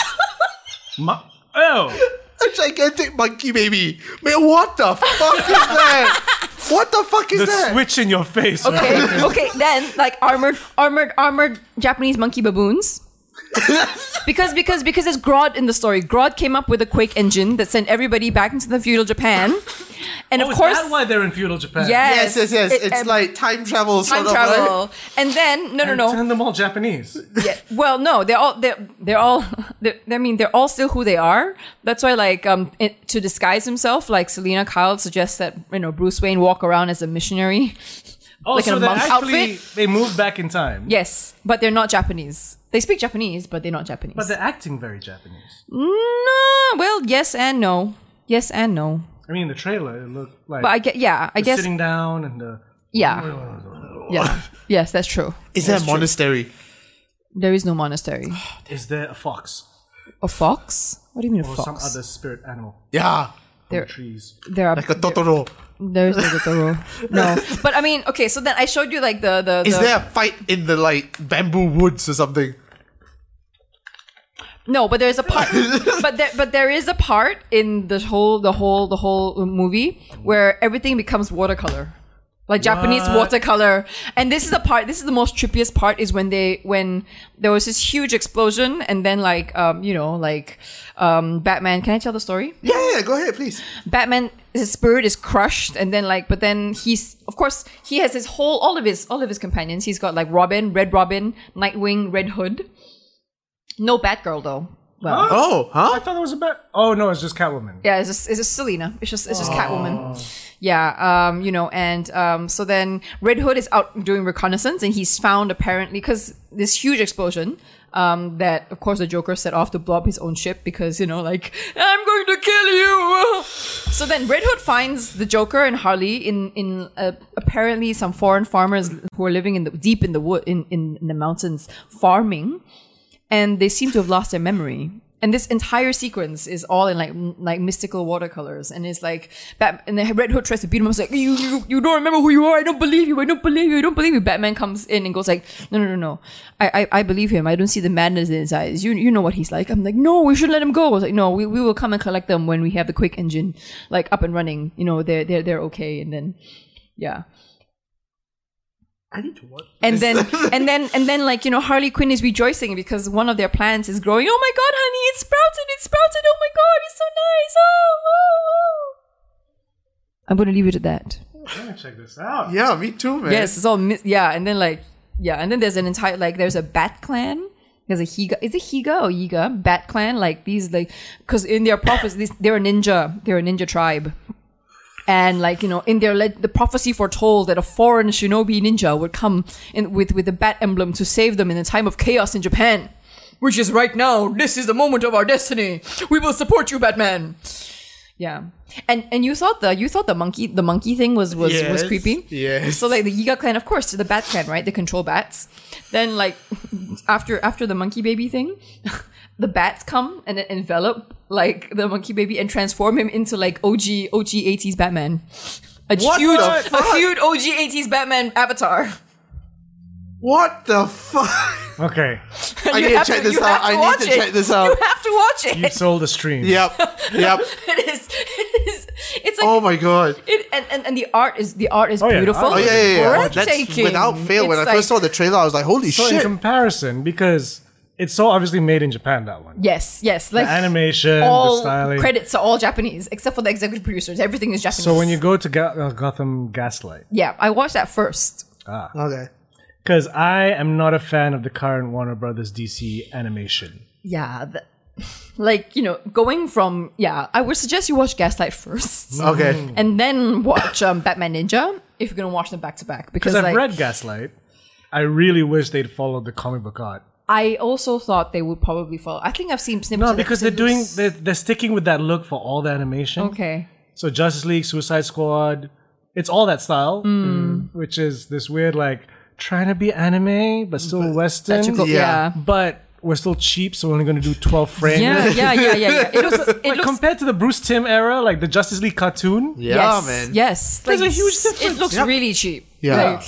S3: Ma- oh,
S2: A gigantic monkey baby. Man, what the fuck is that? What the fuck is
S3: the
S2: that?
S3: switch in your face.
S1: Okay, okay, then like armored, armored, armored Japanese monkey baboons. because because because it's Grodd in the story. Grodd came up with a quake engine that sent everybody back into the feudal Japan, and
S3: Oh,
S1: of
S3: is
S1: course,
S3: that why they're in feudal Japan?
S1: yes,
S2: Yes, yes, yes.
S1: it-
S2: it's
S1: um,
S2: like time travel sort
S1: time
S2: of.
S1: travel. And then no no no.
S3: Turn them all Japanese.
S1: Yeah, well no, they're all they're they're all they're, I mean they're all still who they are. That's why like um it, to disguise himself, like Selena Kyle suggests that you know Bruce Wayne walk around as a missionary.
S3: Oh,
S1: Like
S3: so
S1: in a
S3: they
S1: monk
S3: actually
S1: outfit?
S3: they moved back in time.
S1: Yes, but they're not Japanese. They speak Japanese, but they're not Japanese.
S3: But they're acting very Japanese.
S1: No, well, yes and no. Yes and no.
S3: I mean, the trailer it looked like
S1: But I get, yeah, I
S3: the
S1: guess,
S3: sitting down and uh, the
S1: yeah, yeah, yes, that's true.
S2: Is that monastery?
S1: There is no monastery.
S3: is there a fox
S1: A fox? What do you mean a
S3: or
S1: fox?
S3: some other spirit animal?
S2: Yeah,
S1: there,
S3: Trees.
S1: there are
S2: like a Totoro.
S1: there is no Totoro. no, but I mean, okay. So then I showed you like the the.
S2: Is
S1: the-
S2: there a fight in the like bamboo woods or something?
S1: No, but there's a part, but there, but there is a part in the whole, the whole, the whole uh, movie where everything becomes watercolor, like Japanese
S3: What?
S1: watercolor. And this is the part. This is the most trippiest part is when they when there was this huge explosion and then like um you know like um Batman. Can I tell the story?
S2: Yeah, yeah, go ahead, please.
S1: Batman, his spirit is crushed, and then like, but then he's of course he has his whole all of his all of his companions. He's got like Robin, Red Robin, Nightwing, Red Hood. No Batgirl though. Well.
S2: Oh,
S3: I
S2: huh?
S3: thought that was a bat. Oh no, it's just Catwoman.
S1: Yeah, it's just it's just Selena. It's just it's just Catwoman. Yeah, um, you know, and um, so then Red Hood is out doing reconnaissance, and he's found apparently because this huge explosion. Um, that of course the Joker set off to blow up his own ship because you know like I'm going to kill you. So then Red Hood finds the Joker and Harley in in uh, apparently some foreign farmers who are living in the deep in the wood in in the mountains farming, and they seem to have lost their memory. and this entire sequence is all in like m- like mystical watercolors, and it's like Bat- and then Red Hood tries to beat him. up. It's like you, you you don't remember who you are. I don't believe you. I don't believe you. I don't believe you. Batman comes in and goes like, no no no no. I I, I believe him. I don't see the madness in his eyes. You you know what he's like. I'm like no, we should let him go. I was like no, we, we will come and collect them when we have the quick engine like up and running. You know they're they're they're okay. And then yeah.
S2: I need to watch.
S1: And then, and then, and then, like you know, Harley Quinn is rejoicing because one of their plants is growing. Oh my god, honey, it sprouted! It sprouted! Oh my god, it's so nice! Oh, oh, oh. I'm gonna leave it at that.
S3: I'm gonna check this out.
S2: Yeah, me too, man.
S1: Yes, it's all mi- yeah. And then like yeah, and then there's an entire like there's a Bat Clan. There's a Higa. Is it Higa or Yiga? Bat Clan. Like these like because in their prophets, these, they're a ninja. They're a ninja tribe. And like you know, in their leg the prophecy foretold that a foreign shinobi ninja would come in with with the bat emblem to save them in a time of chaos in Japan, which is right now. This is the moment of our destiny. We will support you, Batman. Yeah, and and you thought the you thought the monkey the monkey thing was was was
S2: Yes,
S1: creepy.
S2: yes.
S1: So like the Yiga clan, of course, the Bat clan, right? They control bats. Then like after after the monkey baby thing, the bats come and then envelop like the monkey baby and transform him into like OG OG eighties Batman. A
S2: What
S1: huge
S2: the
S1: a
S2: fuck?
S1: huge OG eighties Batman avatar.
S2: What the fuck?
S3: Okay,
S1: And
S2: I
S1: you
S2: need to
S1: have
S2: check this
S1: you have
S2: out. I need
S1: watch
S2: to
S1: it.
S2: check this out.
S1: You have to watch it.
S3: you sold a stream.
S2: yep. Yep.
S1: it is it is it's like
S2: Oh my god.
S1: It, and, and and the art is the art is
S3: yeah.
S1: beautiful.
S3: Oh,
S2: Oh
S1: It's
S2: yeah, yeah, yeah. That's
S1: breathtaking.
S2: without fail. when
S1: It's
S2: I first
S1: like-
S2: saw the trailer, I was like, "Holy
S3: So in
S2: shit!"
S3: comparison, because it's so obviously made in Japan, that one.
S1: yes, yes, like
S3: Animation, the
S1: all
S3: styling.
S1: credits are all Japanese except for the executive producers. Everything is Japanese.
S3: So when you go to Ga- uh, Gotham Gaslight,
S1: yeah, I watched that first.
S2: Okay.
S3: because I am not a fan of the current Warner Brothers DC animation.
S1: Yeah, the, like you know, going from yeah, I would suggest you watch Gaslight first,
S3: Mm-hmm.
S2: Okay.
S1: and then watch um, Batman Ninja if you're gonna watch them back to back. Because
S3: Because I've
S1: like,
S3: read Gaslight. I really wish they'd followed the comic book art.
S1: I also thought they would probably follow. I think I've seen snippets.
S3: No,
S1: of
S3: because they're doing
S1: episodes.
S3: they're, they're sticking with that look for all the animation.
S1: okay.
S3: So Justice League, Suicide Squad, it's all that style,
S1: Hmm.
S3: which is this weird like trying to be anime but still Western.
S1: Magical-
S2: Yeah.
S1: yeah.
S3: But we're still cheap, so we're only going to do twelve frames.
S1: Yeah, yeah, yeah, yeah, yeah. It looks, it
S3: Like,
S1: looks
S3: compared to the Bruce Tim era, like the Justice League cartoon,
S2: Yeah,
S1: yes,
S2: man.
S1: Yes,
S3: There's a huge
S1: it's-
S3: difference.
S1: It looks
S2: Yep.
S1: really cheap.
S2: Yeah.
S1: Like,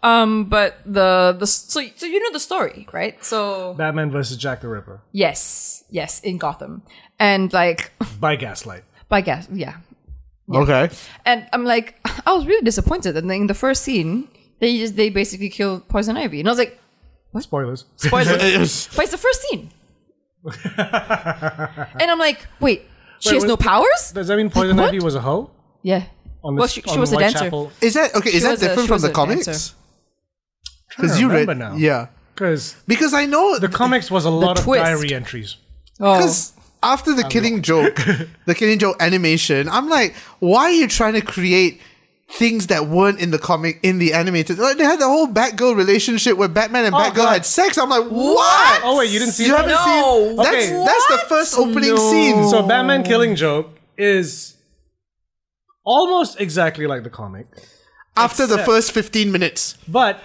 S1: um, but the the so so you know the story, right? So
S3: Batman versus Jack the Ripper
S1: yes, yes, in Gotham, and like
S3: by Gaslight.
S1: by gas, yeah.
S2: Okay.
S1: And I'm like, I was really disappointed. And then in the first scene, they just they basically kill Poison Ivy, and I was like,
S3: Spoilers.
S1: spoiler,
S2: Yes.
S1: but it's the first scene. and I'm like, wait, she
S3: Wait,
S1: has
S3: was-
S1: no powers?
S3: Does that mean Poison
S1: What?
S3: Ivy was a hoe?
S1: Yeah.
S3: On
S1: Well, she- she
S3: on
S1: was a dancer.
S3: Whitechapel?
S2: Is that okay? Is that
S1: was a-
S2: different
S1: she
S2: from
S1: was
S2: the
S1: a
S2: comics?
S1: dancer.
S2: Because
S3: I
S2: you read,
S3: remember now.
S2: yeah.
S3: Because
S2: Because I know
S3: the comics was a lot of
S1: twist.
S3: diary entries.
S1: Oh,
S2: because after the Killing Joke, the Killing Joke animation, I'm like, why are you trying to create things that weren't in the comic in the animated? Like they had the whole Batgirl relationship where Batman and
S3: Oh,
S2: Batgirl
S3: God.
S2: had sex. I'm like, what?
S3: Oh wait, you didn't see
S2: You
S3: that?
S2: haven't
S1: No.
S2: seen that's
S3: Okay.
S2: that's the first opening scene.
S3: So Batman Killing Joke is almost exactly like the comic,
S2: after the first 15 minutes.
S3: but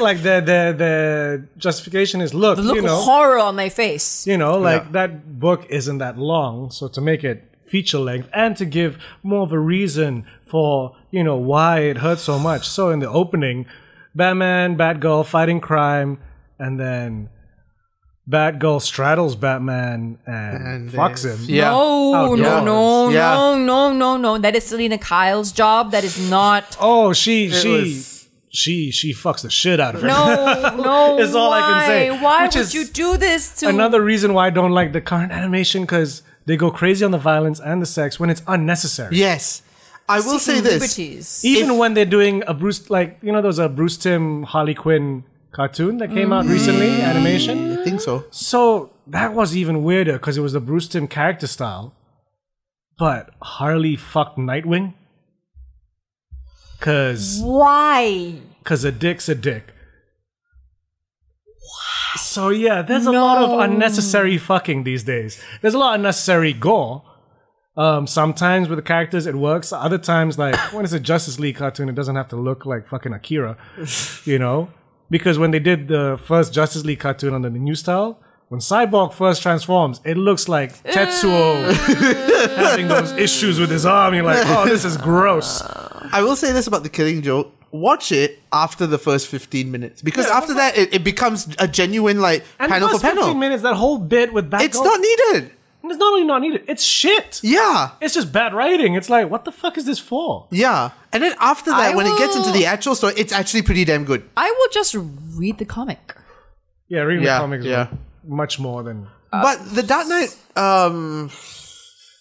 S3: like the the the justification is look,
S1: the look
S3: you know,
S1: of horror on my face.
S3: you know, like
S2: Yeah.
S3: that book isn't that long, so to make it feature length and to give more of a reason for you know why it hurts so much. So in the opening, Batman, Batgirl fighting crime, and then. Batgirl straddles Batman and, fucks him.
S2: Yeah. Oh,
S1: No,
S3: Outdoors.
S1: no, no,
S2: Yeah.
S1: no, no, no, no. That is Selena Kyle's job. That is not.
S3: Oh, she she
S2: was-
S3: she she fucks the shit out of her.
S1: No, no.
S3: It's all
S1: why?
S3: I can say,
S1: Why
S3: which
S1: would
S3: is
S1: you do this to
S3: Another reason why I don't like the current animation because they go crazy on the violence and the sex when it's unnecessary.
S2: Yes. I will say
S1: Taking
S2: this.
S1: liberties?
S3: Even when they're doing a Bruce like you know there was a Bruce Tim Harley Quinn cartoon that came out recently animation.
S2: I think so.
S3: So that was even weirder because it was the Bruce Tim character style, but Harley fucked Nightwing. Cause
S1: Why?
S3: because a dick's a dick. So yeah, there's a lot
S1: No.
S3: of unnecessary fucking these days. There's a lot of unnecessary gore. Um, sometimes with the characters it works. Other times, like when it's a Justice League cartoon, it doesn't have to look like fucking Akira, you know? Because when they did the first Justice League cartoon under the new style, when Cyborg first transforms, it looks like Tetsuo having those issues with his arm. You're like, oh, this is gross.
S2: I will say this about the killing joke. Watch it after the first 15 minutes because
S3: Yeah,
S2: after that it, it becomes a genuine like
S3: And
S2: panel
S3: the
S2: for
S3: first
S2: panel.
S3: 15 minutes, that whole bit with Batgirl,
S2: It's not needed.
S3: It's not only not needed. It's shit.
S2: Yeah.
S3: It's just bad writing. It's like, what the fuck is this for?
S2: Yeah. And then after that,
S1: I
S2: when it gets into
S1: will-
S2: the actual story, it's actually pretty damn good.
S1: I will just read the comic.
S3: Yeah, reading
S2: Yeah,
S3: the comics
S2: yeah.
S3: yeah. much more than
S2: but the Dark Knight, um,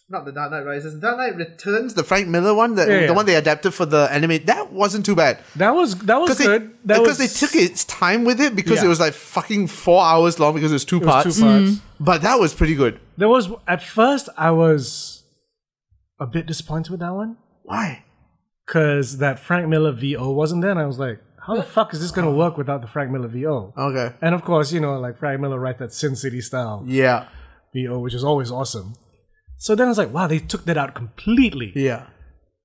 S2: not the Dark Knight Rises, Dark Knight Returns, the Frank Miller one, the,
S3: Yeah, yeah.
S2: the one they adapted for the anime, that wasn't too bad
S3: that was that was
S2: because they,
S3: good. that
S2: because
S3: was,
S2: they took its time with it because
S3: Yeah.
S2: it was like fucking four hours long because it was two
S3: It was
S2: parts.
S3: two parts.
S2: But that was pretty good.
S3: There was at first I was a bit disappointed with that one
S2: Why?
S3: because that Frank Miller VO wasn't there, and I was like, how the fuck is this gonna work without the Frank Miller VO?
S2: Okay.
S3: And of course, you know, like Frank Miller writes that Sin City style
S2: Yeah.
S3: VO, which is always awesome. So then I was like, wow, they took that out completely.
S2: Yeah.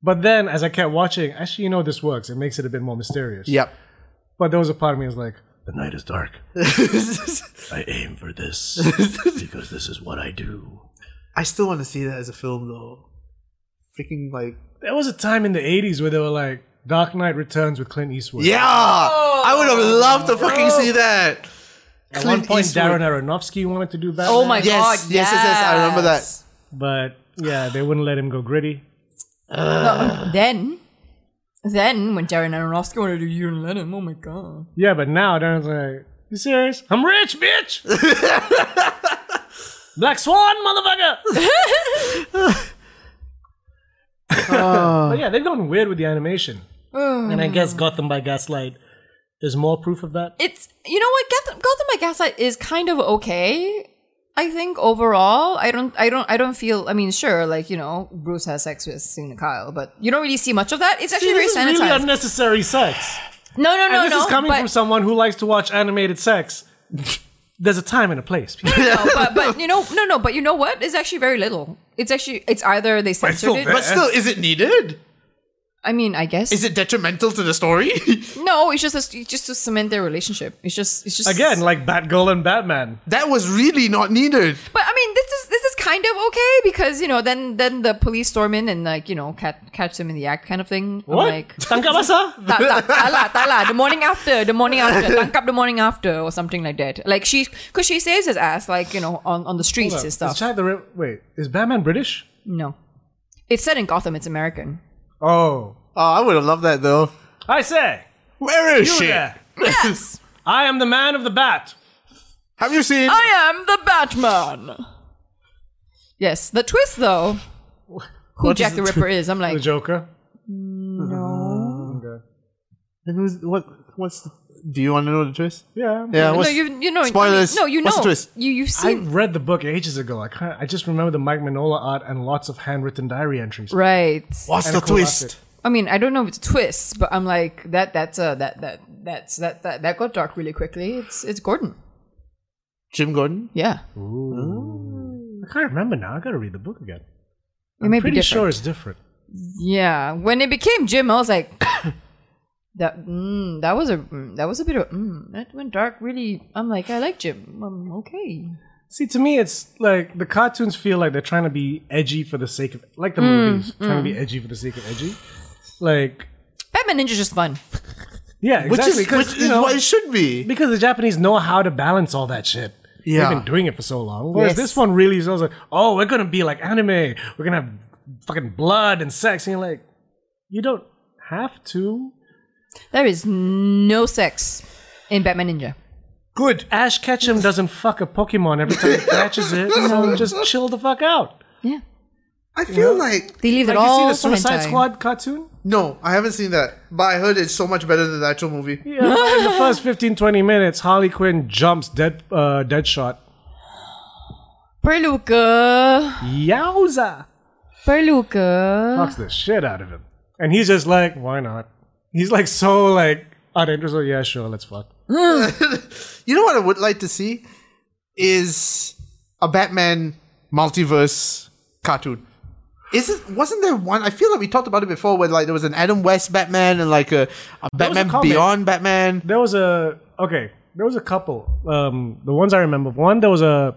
S3: But then as I kept watching, actually, you know, this works. It makes it a bit more mysterious.
S2: Yep.
S3: But there was a part of me that was like, the night is dark. I aim for this because this is what I do.
S2: I still want to see that as a film though. Freaking like
S3: There was a time in the 80s where they were like, Dark Knight Returns with Clint Eastwood.
S2: Yeah! I would have loved to fucking see that.
S3: Oh, At one point, Darren
S2: Eastwood.
S3: Aronofsky wanted to do Batman.
S1: Oh my
S2: Yes,
S1: god!
S2: yes, yes, yes, I remember that.
S1: yes.
S3: But yeah, they wouldn't let him go gritty.
S1: Then, then when Darren Aronofsky wanted to do you and Lennon, oh my god!
S3: Yeah, but now Darren's like, you serious? I'm rich, bitch! Black Swan, motherfucker!
S1: Ah.
S3: but yeah, they've gone weird with the animation. and I guess Gotham by Gaslight is more proof of that.
S1: It's you know what Gotham, Gotham by Gaslight is kind of okay. I think overall, I don't, I don't, I don't feel. I mean, sure, like you know, Bruce has sex with Selena Kyle, but you don't really see much of that. It's actually
S3: this
S1: very sanitized.
S3: is really unnecessary sex.
S1: no, no, no,
S3: and this
S1: no.
S3: is coming
S1: but,
S3: from someone who likes to watch animated sex. There's a time and a place. people.
S1: no, but but you know, no, no, but you know what? It's actually very little. It's actually it's either they
S3: it's still
S1: censored it.
S3: there.
S2: But still, is it needed?
S1: I mean, I guess
S2: Is it detrimental to the story?
S1: no. It's just a, it's just to cement their relationship. It's just it's just
S3: Again, like Batgirl and Batman.
S2: that was really not needed.
S1: But I mean, this is this is kind of okay because you know, then then the police storm in and like you know, cat, catch them in the act, kind of thing. I'm
S3: What?
S1: like,
S3: Tangkap basah?
S1: tak, tak, tak lah, tak lah, The morning after, the morning after, tangkap the morning after, or something like that. Like she, because she saves his ass, like you know, on on the streets and
S3: Is
S1: stuff.
S3: Jack the Rip- Wait, is Batman British?
S1: no, it's said in Gotham. It's American.
S3: Oh,
S2: Oh, I would have loved that though.
S3: I say,
S2: Where is
S3: you
S2: she?
S3: there.
S1: Yes,
S3: I am the man of the bat.
S2: Have you seen?
S1: I am the Batman. Yes, the twist though, who Jack the, Ripper is, I'm
S3: The
S1: like,
S3: Joker.
S2: Who's- what? What's? The, do you want to know the twist?
S3: Yeah.
S2: Yeah.
S1: no,
S2: What's,
S1: you you know, I mean,
S2: spoilers.
S1: no, you know,
S2: What's the twist?
S1: you you've
S3: I
S1: seen
S3: read the book ages ago. I can't, I just remember the Mike Manola art and lots of handwritten diary entries.
S1: right.
S2: What's
S3: And
S2: the
S3: a cool
S2: twist?
S3: outfit.
S1: I mean, I don't know if it's twists, but I'm like that. That's uh, that that that's that that that got dark really quickly. It's it's Gordon.
S2: Jim Gordon.
S1: Yeah,
S3: I can't remember now. I got to read the book again.
S1: it may be
S3: Pretty
S1: different.
S3: sure it's different.
S1: Yeah, when it became Jim, I was like, that mm, that was a mm, that was a bit of mm, that went dark. Really, I'm like, I like Jim. I'm okay.
S3: See, to me, it's like the cartoons feel like they're trying to be edgy for the sake of,
S1: Mm,
S3: like the movies, trying to be edgy for the sake of edgy. Like,
S1: Batman Ninja's just fun.
S3: yeah,
S2: Which
S3: exactly.
S2: is
S3: 'cause,
S2: which
S3: you
S2: is
S3: know,
S2: what it should be.
S3: because the Japanese know how to balance all that shit.
S2: Yeah.
S3: They've been doing it for so long. Whereas
S1: Yes.
S3: this one really sounds like, oh, we're gonna be like anime. We're gonna have fucking blood and sex. And you're like, you don't have to.
S1: There is no sex in Batman Ninja.
S3: Good. Ash Ketchum doesn't fuck a Pokemon every time he catches it. So just chill the fuck out.
S1: Yeah,
S2: I feel like
S1: they leave
S3: Like,
S1: it
S3: you see
S1: all
S3: the
S1: for
S3: Suicide
S1: hentai.
S3: Squad cartoon?
S2: no, I haven't seen that, but I heard it's so much better than the actual movie.
S3: Yeah. in the first 15, 20 minutes, Harley Quinn jumps dead, uh, Deadshot.
S1: Perluca,
S3: Yowza!
S1: Perluca.
S3: knocks the shit out of him. And he's just like, why not? He's like so like uninterested. Yeah, sure, let's fuck.
S2: You know what I would like to see is a Batman multiverse cartoon. Isn't wasn't there one? I feel like we talked about it before, where like there was an Adam West Batman and like a, a
S3: was a
S2: Batman
S3: comic.
S2: Beyond Batman.
S3: There was a okay. There was a couple. Um, the ones I remember. One, there was a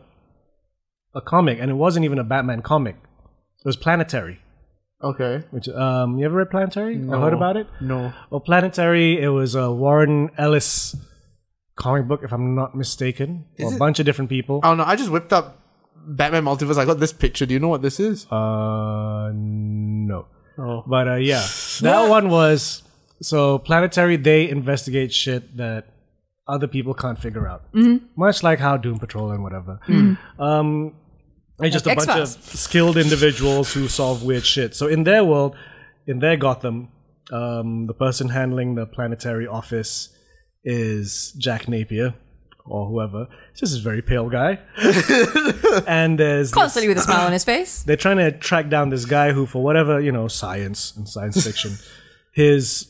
S3: a comic, and it wasn't even a Batman comic. It was Planetary.
S2: Okay.
S3: Which um, you ever read Planetary? Or heard about it?
S2: No.
S3: Well, Planetary. It was a Warren Ellis comic book, if I'm not mistaken. Or a
S2: it-
S3: bunch of different people.
S2: I don't know. I just whipped up Batman Multiverse. I got this picture. Do you know what this is?
S3: Uh, no.
S2: Oh.
S3: But uh, yeah, that one was so planetary. They investigate shit that other people can't figure out, much like how Doom Patrol and whatever. Um, it's just a bunch of skilled individuals who solve weird shit. So in their world, in their Gotham, um, the person handling the planetary office is Jack Napier or whoever. It's just a very pale guy, and there's this-
S1: Constantly with a smile on his face.
S3: they're trying to track down this guy who, for whatever you know, science and science fiction, his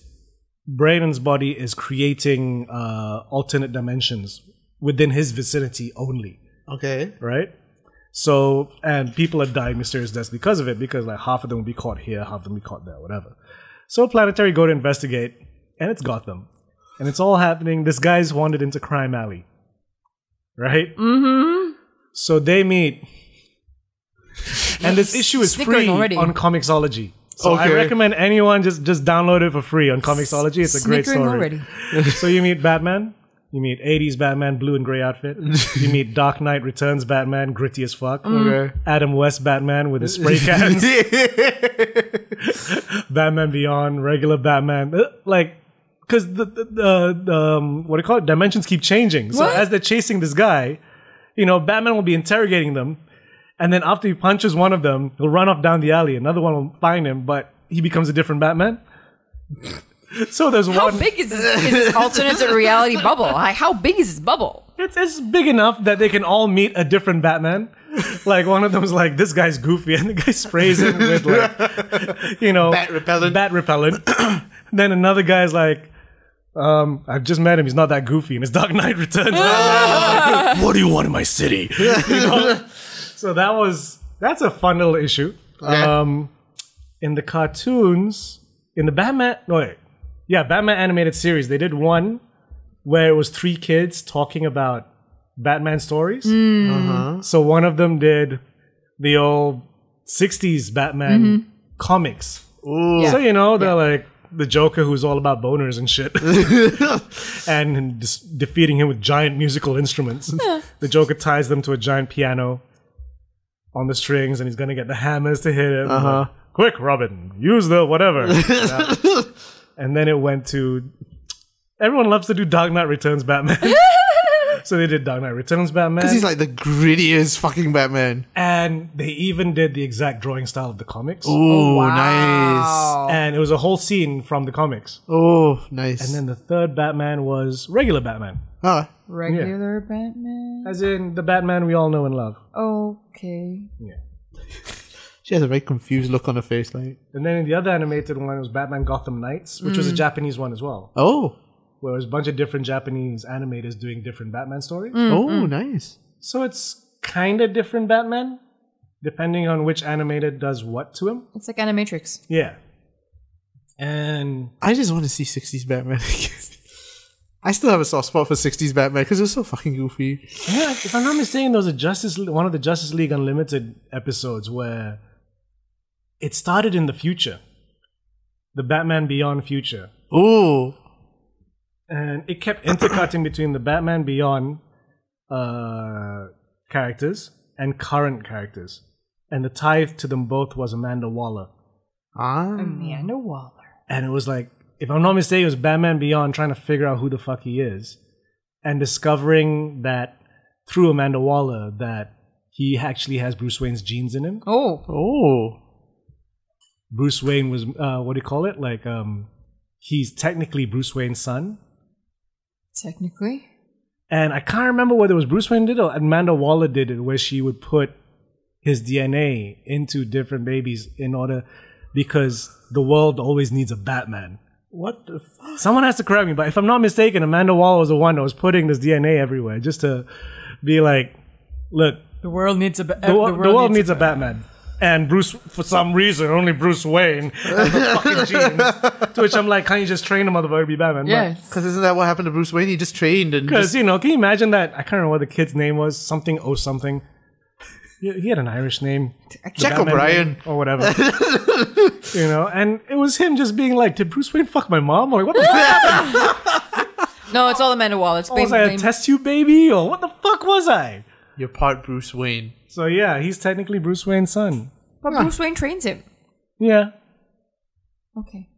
S3: brain and his body is creating uh, alternate dimensions within his vicinity only,
S2: Okay.
S3: right? So, and people are dying mysterious deaths because of it, because like half of them will be caught here, half of them will be caught there, whatever. So, planetary go to investigate, and it's Gotham, and it's all happening. This guy's wandered into crime alley, right? Mm-hmm. So they meet, and this issue is
S1: Snickering
S3: free
S1: already.
S3: on Comixology. So I
S2: Okay.
S3: recommend anyone just just download it for free on Comixology. It's a great
S1: Snickering
S3: story.
S1: already.
S3: So you meet Batman. You meet 80s Batman, blue and gray outfit. You meet Dark Knight Returns Batman, gritty as fuck.
S1: Mm.
S2: Okay.
S3: Adam West Batman with his spray cans. Batman Beyond, regular Batman. Uh, Like, because the, the, the, the, um, what do you call it? Dimensions keep changing. So
S1: What?
S3: as they're chasing this guy, you know, Batman will be interrogating them. And then after he punches one of them, he'll run off down the alley. Another one will find him, but he becomes a different Batman. So there's
S1: How
S3: one.
S1: big is this, is this alternate reality bubble? Like, how big is this bubble?
S3: It's, it's big enough that they can all meet a different Batman. Like one of them's like this guy's goofy, and the guy sprays him with like you know
S2: Bat repellent.
S3: Bat repellent. then another guy's like, um, I've just met him. He's not that goofy, and his Dark Knight Returns. Batman. what do you want in my city? You know? So that was that's a fun little issue.
S2: Yeah.
S3: Um, in the cartoons, in the Batman, no wait, yeah, Batman animated series, they did one where it was three kids talking about Batman stories. So one of them did the old '60s Batman comics. So you know they're like the Joker, who's all about boners and shit, and dis- defeating him with giant musical instruments. The Joker ties them to a giant piano on the strings, and he's gonna get the hammers to hit him. Uh-huh. Quick, Robin, use the whatever. Yeah. and then it went to everyone loves to do Dark Knight Returns Batman. So they did Dark Knight Returns Batman,
S2: He's like the grittiest fucking Batman.
S3: and they even did the exact drawing style of the comics,
S2: Ooh, nice.
S1: Wow.
S3: and it was a whole scene from the comics.
S2: Oh, nice.
S3: And then the third Batman was regular Batman,
S2: ah,
S1: Regular Batman.
S3: as in the Batman we all know and love.
S1: Okay.
S2: she has a very confused look on her face. Like,
S3: And then in the other animated one was Batman Gotham Knights, which was a Japanese one as well,
S2: oh,
S3: where it was a bunch of different Japanese animators doing different Batman stories.
S2: oh, nice.
S3: So it's kind of different Batman, depending on which animator does what to him.
S1: It's like Animatrix.
S3: Yeah. And
S2: I just want to see '60s Batman. again. I still have a soft spot for '60s Batman because it was so fucking goofy.
S3: Yeah, if I'm not mistaken, there was a Justice Le- one of the Justice League Unlimited episodes where it started in the future, the Batman Beyond future,
S2: Ooh,
S3: and it kept intercutting between the Batman Beyond uh, characters and current characters, and the tie to them both was Amanda Waller,
S2: ah,
S1: Amanda Waller.
S3: and it was like, if I'm not mistaken, it was Batman Beyond trying to figure out who the fuck he is, and discovering that through Amanda Waller that. He actually has Bruce Wayne's genes in him.
S1: Oh.
S2: oh,
S3: Bruce Wayne was uh, what do you call it? Like um, he's technically Bruce Wayne's son,
S1: Technically.
S3: and I can't remember whether it was Bruce Wayne did or Amanda Waller did it, where she would put his DNA into different babies in order because the world always needs a Batman.
S2: what the fuck?
S3: Someone has to correct me, but if I'm not mistaken, Amanda Waller was the one that was putting this DNA everywhere just to be like, look,
S1: The world needs a.
S3: the, wo- the world needs a Batman. and Bruce, for some reason, only Bruce Wayne, and the fucking jeans. To which I'm like, can't you just train a motherfucker to be Batman? But-
S1: Yeah.
S2: Because isn't that what happened to Bruce Wayne? He just trained and
S3: Because
S2: just,
S3: you know, can you imagine that? I can't remember what the kid's name was. Something oh something. He he had an Irish name, The
S2: Jack
S3: Batman
S2: O'Brien.
S3: name, or whatever. you know, and it was him just being like, "Did Bruce Wayne fuck my mom?" Or like, what the fuck
S1: No, it's all Amanda Waller. It's blame,
S3: was I Oh, a
S1: blame.
S3: test tube baby? Or what the fuck was I?
S2: you're part Bruce Wayne.
S3: So yeah, he's technically Bruce Wayne's son.
S1: But Bruce Wayne trains him.
S3: Yeah.
S1: Okay.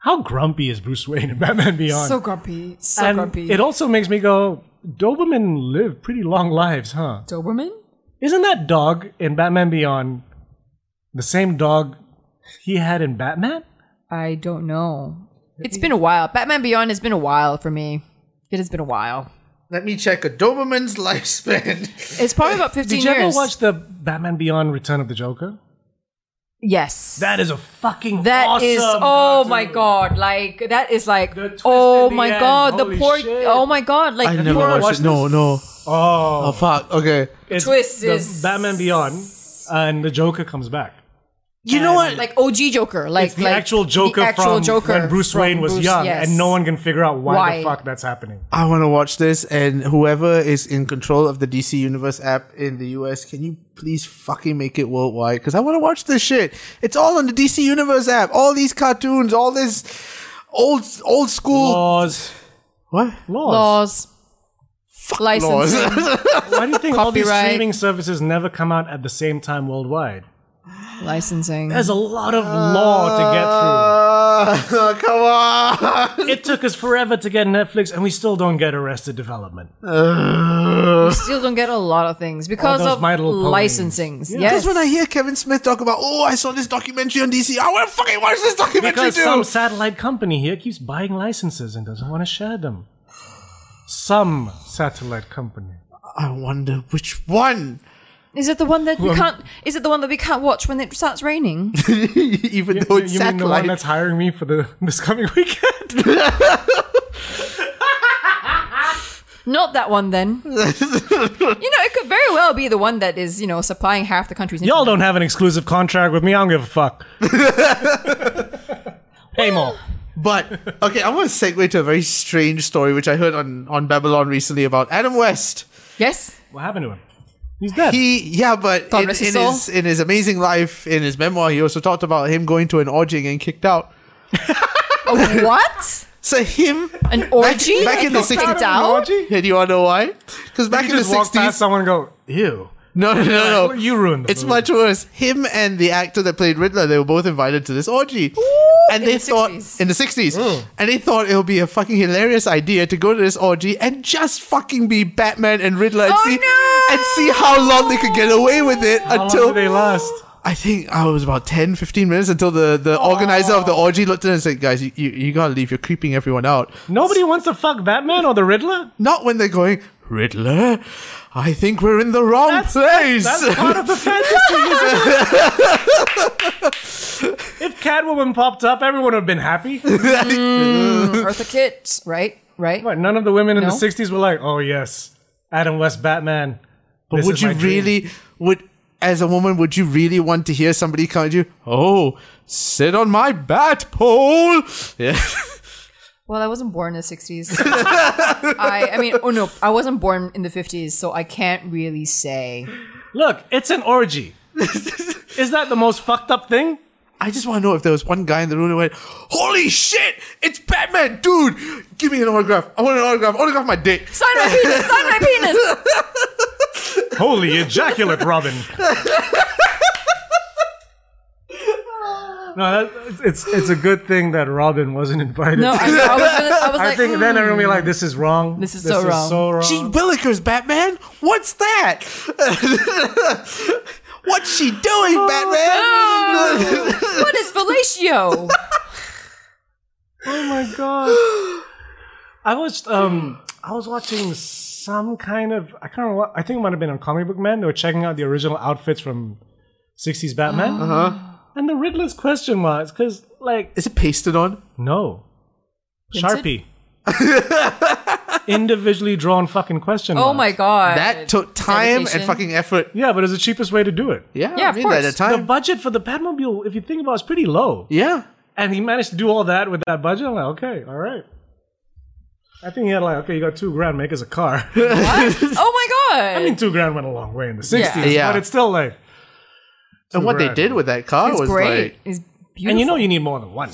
S3: How grumpy is Bruce Wayne in Batman Beyond?
S1: So grumpy. So
S3: and
S1: grumpy.
S3: It also makes me go, Doberman live pretty long lives, huh?
S1: Doberman?
S3: Isn't that dog in Batman Beyond the same dog he had in Batman?
S1: I don't know. It's been a while. Batman Beyond has been a while for me. It has been a while.
S2: Let me check a Doberman's lifespan.
S1: It's probably about 15
S3: Did you
S1: years.
S3: ever watch the Batman Beyond Return of the Joker?
S1: yes.
S3: That is a fucking
S1: That
S3: awesome
S1: is oh
S3: cartoon.
S1: my god like that is like
S3: The twist
S1: oh
S3: in the
S1: my
S3: end,
S1: god the
S3: holy
S1: poor
S3: shit.
S1: oh my god like
S2: I
S1: the
S2: never
S1: poor
S2: watched it. No, no.
S3: Oh,
S2: Oh fuck. Okay.
S3: it's
S1: twist
S3: the
S1: is-
S3: Batman Beyond and the Joker comes back.
S2: You know what?
S1: like OG Joker like
S3: It's the
S1: like
S3: actual Joker
S1: the actual
S3: from
S1: Joker
S3: when Bruce
S1: from
S3: Wayne was
S1: Bruce-
S3: young
S1: yes.
S3: and no one can figure out why,
S1: Why?
S3: the fuck that's happening.
S2: I want to watch this, and whoever is in control of the DC Universe app in the US, can you please fucking make it worldwide? Because I want to watch this shit. It's all on the DC Universe app. All these cartoons, all this old old school.
S3: Laws.
S2: What?
S3: Laws.
S1: laws licensing
S3: Why do you think all these
S1: Copyright.
S3: streaming services never come out at the same time worldwide?
S1: licensing
S3: There's a lot of law to get through.
S2: Uh, come on.
S3: It took us forever to get Netflix, and we still don't get Arrested Development.
S1: you still don't get a lot of things because
S3: those
S1: of
S3: My Little Ponies.
S1: licensings yes
S2: Because when I hear Kevin Smith talk about, oh, I saw this documentary on DC, I want to fucking watch this documentary
S3: Because
S2: too.
S3: some satellite company here keeps buying licenses and doesn't want to share them. Some satellite company.
S2: I wonder which one.
S1: is it the one that we can't is it the one that we can't watch when it starts raining
S2: Even though it's
S3: you mean the
S2: satellite.
S3: one that's hiring me for the this coming weekend?
S1: not that one then you know it could very well be the one that is you know supplying half the country's
S3: Y'all don't have an exclusive contract with me. I don't give a fuck. hey, Mo.
S2: But okay, I'm gonna segue to a very strange story which I heard on, on Babylon recently about Adam West.
S1: yes
S3: What happened to him? He's dead.
S2: He yeah, but
S1: God
S2: in, in
S1: rest his soul.
S2: his in his amazing life, in his memoir, he also talked about him going to an orgy and getting kicked out.
S1: a Oh, what
S2: So him
S1: An orgy?
S2: back, back in the
S1: Got kicked
S2: sixties.
S1: out?
S2: And you wanna know why? Because back
S3: you
S2: in the
S3: just walk past
S2: sixties,
S3: someone and go, ew.
S2: no, no, no, no.
S3: You ruined the
S2: It's
S3: movie.
S2: much worse. Him and the actor that played Riddler, they were both invited to this orgy. and
S1: In
S2: they
S1: the
S2: thought
S1: 60s.
S2: in the 60s.
S3: Mm.
S2: And they thought it would be a fucking hilarious idea to go to this orgy and just fucking be Batman and Riddler and
S1: Oh,
S2: see
S1: no!
S2: and see how long they could get away with it
S3: How long
S2: until
S3: did they last?
S2: I think I was about 10 15 minutes until the, the organizer of the orgy looked at it and said, "Guys, you, you, you got to leave. You're creeping everyone out."
S3: Nobody wants to fuck Batman or the Riddler?
S2: Not when they're going, "Riddler, I think we're in the wrong place."
S3: That's part of the fantasy. isn't it? if Catwoman popped up, everyone would have been happy.
S1: Eartha Kitt, right? Right?
S3: But none of the women in
S1: No.
S3: the '60s were like, "Oh yes, Adam West Batman." But
S2: would you really would as a woman would you really want to hear somebody come at you oh sit on my bat pole yeah
S1: Well, I wasn't born in the 60s. I, I mean, oh no, I wasn't born in the 50s, so I can't really say.
S3: look? It's an orgy. Is that the most fucked up thing?
S2: i just want to know if there was one guy in the room who went holy shit it's batman dude give me an autograph i want an autograph autograph my dick
S1: Sign my penis! Sign my penis!
S3: Holy ejaculate, Robin. No, that, it's- it's it's a good thing that Robin wasn't invited.
S1: No, I, I was, gonna, I was
S3: I
S1: like,
S3: think
S1: mm.
S3: then everyone will be like, "This is wrong.
S1: This is so wrong."
S3: wrong."
S2: She's Willikers, Batman. What's that? What's she doing,
S1: Oh,
S2: Batman?
S1: what is fellatio?
S3: oh my god! I watched. Um, I was watching some kind of. I can't remember. What, I think it might have been on Comic Book Man. They were checking out the original outfits from '60s Batman. Uh huh. And the Riddler's question marks because, like,
S2: Is it pasted on?
S3: no,
S1: Hinted?
S3: Sharpie. individually drawn fucking question.
S1: Oh
S3: marks.
S1: my god.
S2: That took time
S1: Dedication.
S2: and fucking effort.
S3: Yeah, but it's the cheapest way to do it.
S2: Yeah,
S1: Yeah,
S2: I
S1: of
S2: mean, at
S1: course.
S2: the
S3: The
S2: time.
S3: budget for the Batmobile, if you think about, it, is pretty low.
S2: yeah.
S3: And he managed to do all that with that budget. I'm like, okay, all right. I think he had like, okay, you got two grand, make us a car. I
S1: Oh my god.
S3: mean, two grand went a long way in the 60s,
S2: Yeah.
S3: but it's still like.
S2: And what they
S3: grand.
S2: did with that car
S1: it's
S2: was
S1: great.
S2: like,
S1: it's beautiful.
S3: And you know you need more than one.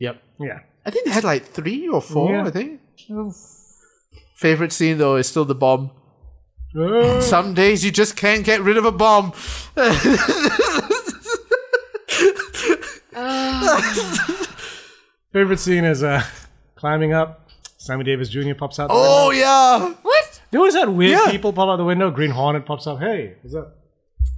S2: yep.
S3: Yeah.
S2: I think they had like three or four.
S3: Yeah.
S2: I think
S1: Oof.
S2: favorite scene though is still the bomb.
S3: Uh,
S2: Some days you just can't get rid of a bomb.
S3: favorite scene is uh, climbing up. Sammy Davis Jr. pops out. The window.
S2: Oh yeah,
S1: what?
S3: There was that weird
S2: Yeah.
S3: people pop out the window. Green Hornet pops up. Hey, what's up?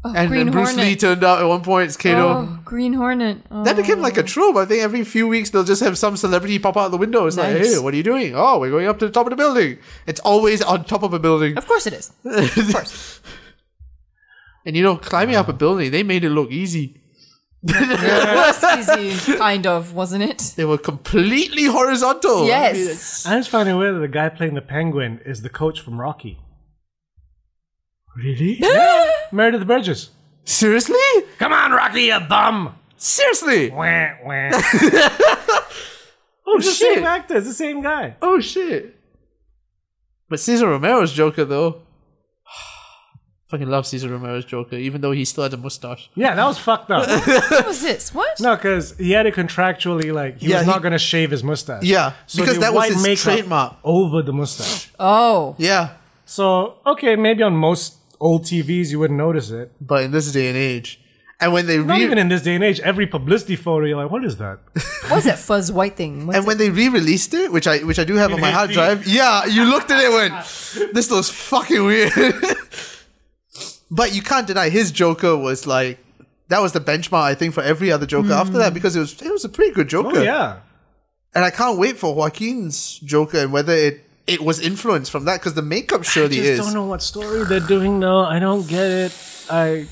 S1: Oh,
S2: and
S1: Green
S2: then Bruce
S1: Hornet.
S2: Lee turned out at one point. It's Kato.
S1: Oh, Green Hornet. Oh.
S2: That became like a trope. I think every few weeks they'll just have some celebrity pop out the window. It's like,
S1: Nice.
S2: hey, what are you doing? Oh, we're going up to the top of the building. It's always on top of a building.
S1: Of course it is. Of course.
S2: And you know, climbing up a building, they made it look easy.
S1: It was easy, kind of, wasn't it?
S2: They were completely horizontal. I mean, it's-
S1: Yes.
S3: I just found it weird that the guy playing the penguin is the coach from Rocky. Really? Yeah. Meredith Burgess.
S2: seriously?
S3: Come on, Rocky, you bum!
S2: Seriously?
S3: Wah, wah. oh, it's the
S2: shit.
S3: same actor. It's the same guy.
S2: Oh shit. But Cesar Romero's Joker though. Fucking love Cesar Romero's Joker, even though he still had a mustache.
S3: Yeah, that was fucked up.
S1: What was this? What?
S3: No, because he had it contractually like he
S2: Yeah,
S3: was not
S2: he-
S3: going to shave his mustache.
S2: Yeah, because
S3: they
S2: that was
S3: white
S2: his
S3: makeup
S2: trademark.
S3: over the mustache.
S1: Oh.
S2: Yeah.
S3: So okay, maybe on most old TVs you wouldn't notice it.
S2: But in this day and age. And when they
S3: Not
S2: re-
S3: even in this day and age, every publicity photo you're like, what is that?
S1: What's that fuzz white thing? What's
S2: and when they re-released it, which I which I do have on my hard
S3: 1980.
S2: drive, yeah, you looked at it and went, this looks fucking weird. but you can't deny his Joker was like that was the benchmark I think for every other Joker after that because it was it was a pretty good Joker.
S3: Hmm. Oh yeah,
S2: and I can't wait for Joaquin's Joker and whether it it was influenced from that because the makeup surely
S3: just
S2: is.
S3: don't know what story they're doing though. I don't get it. I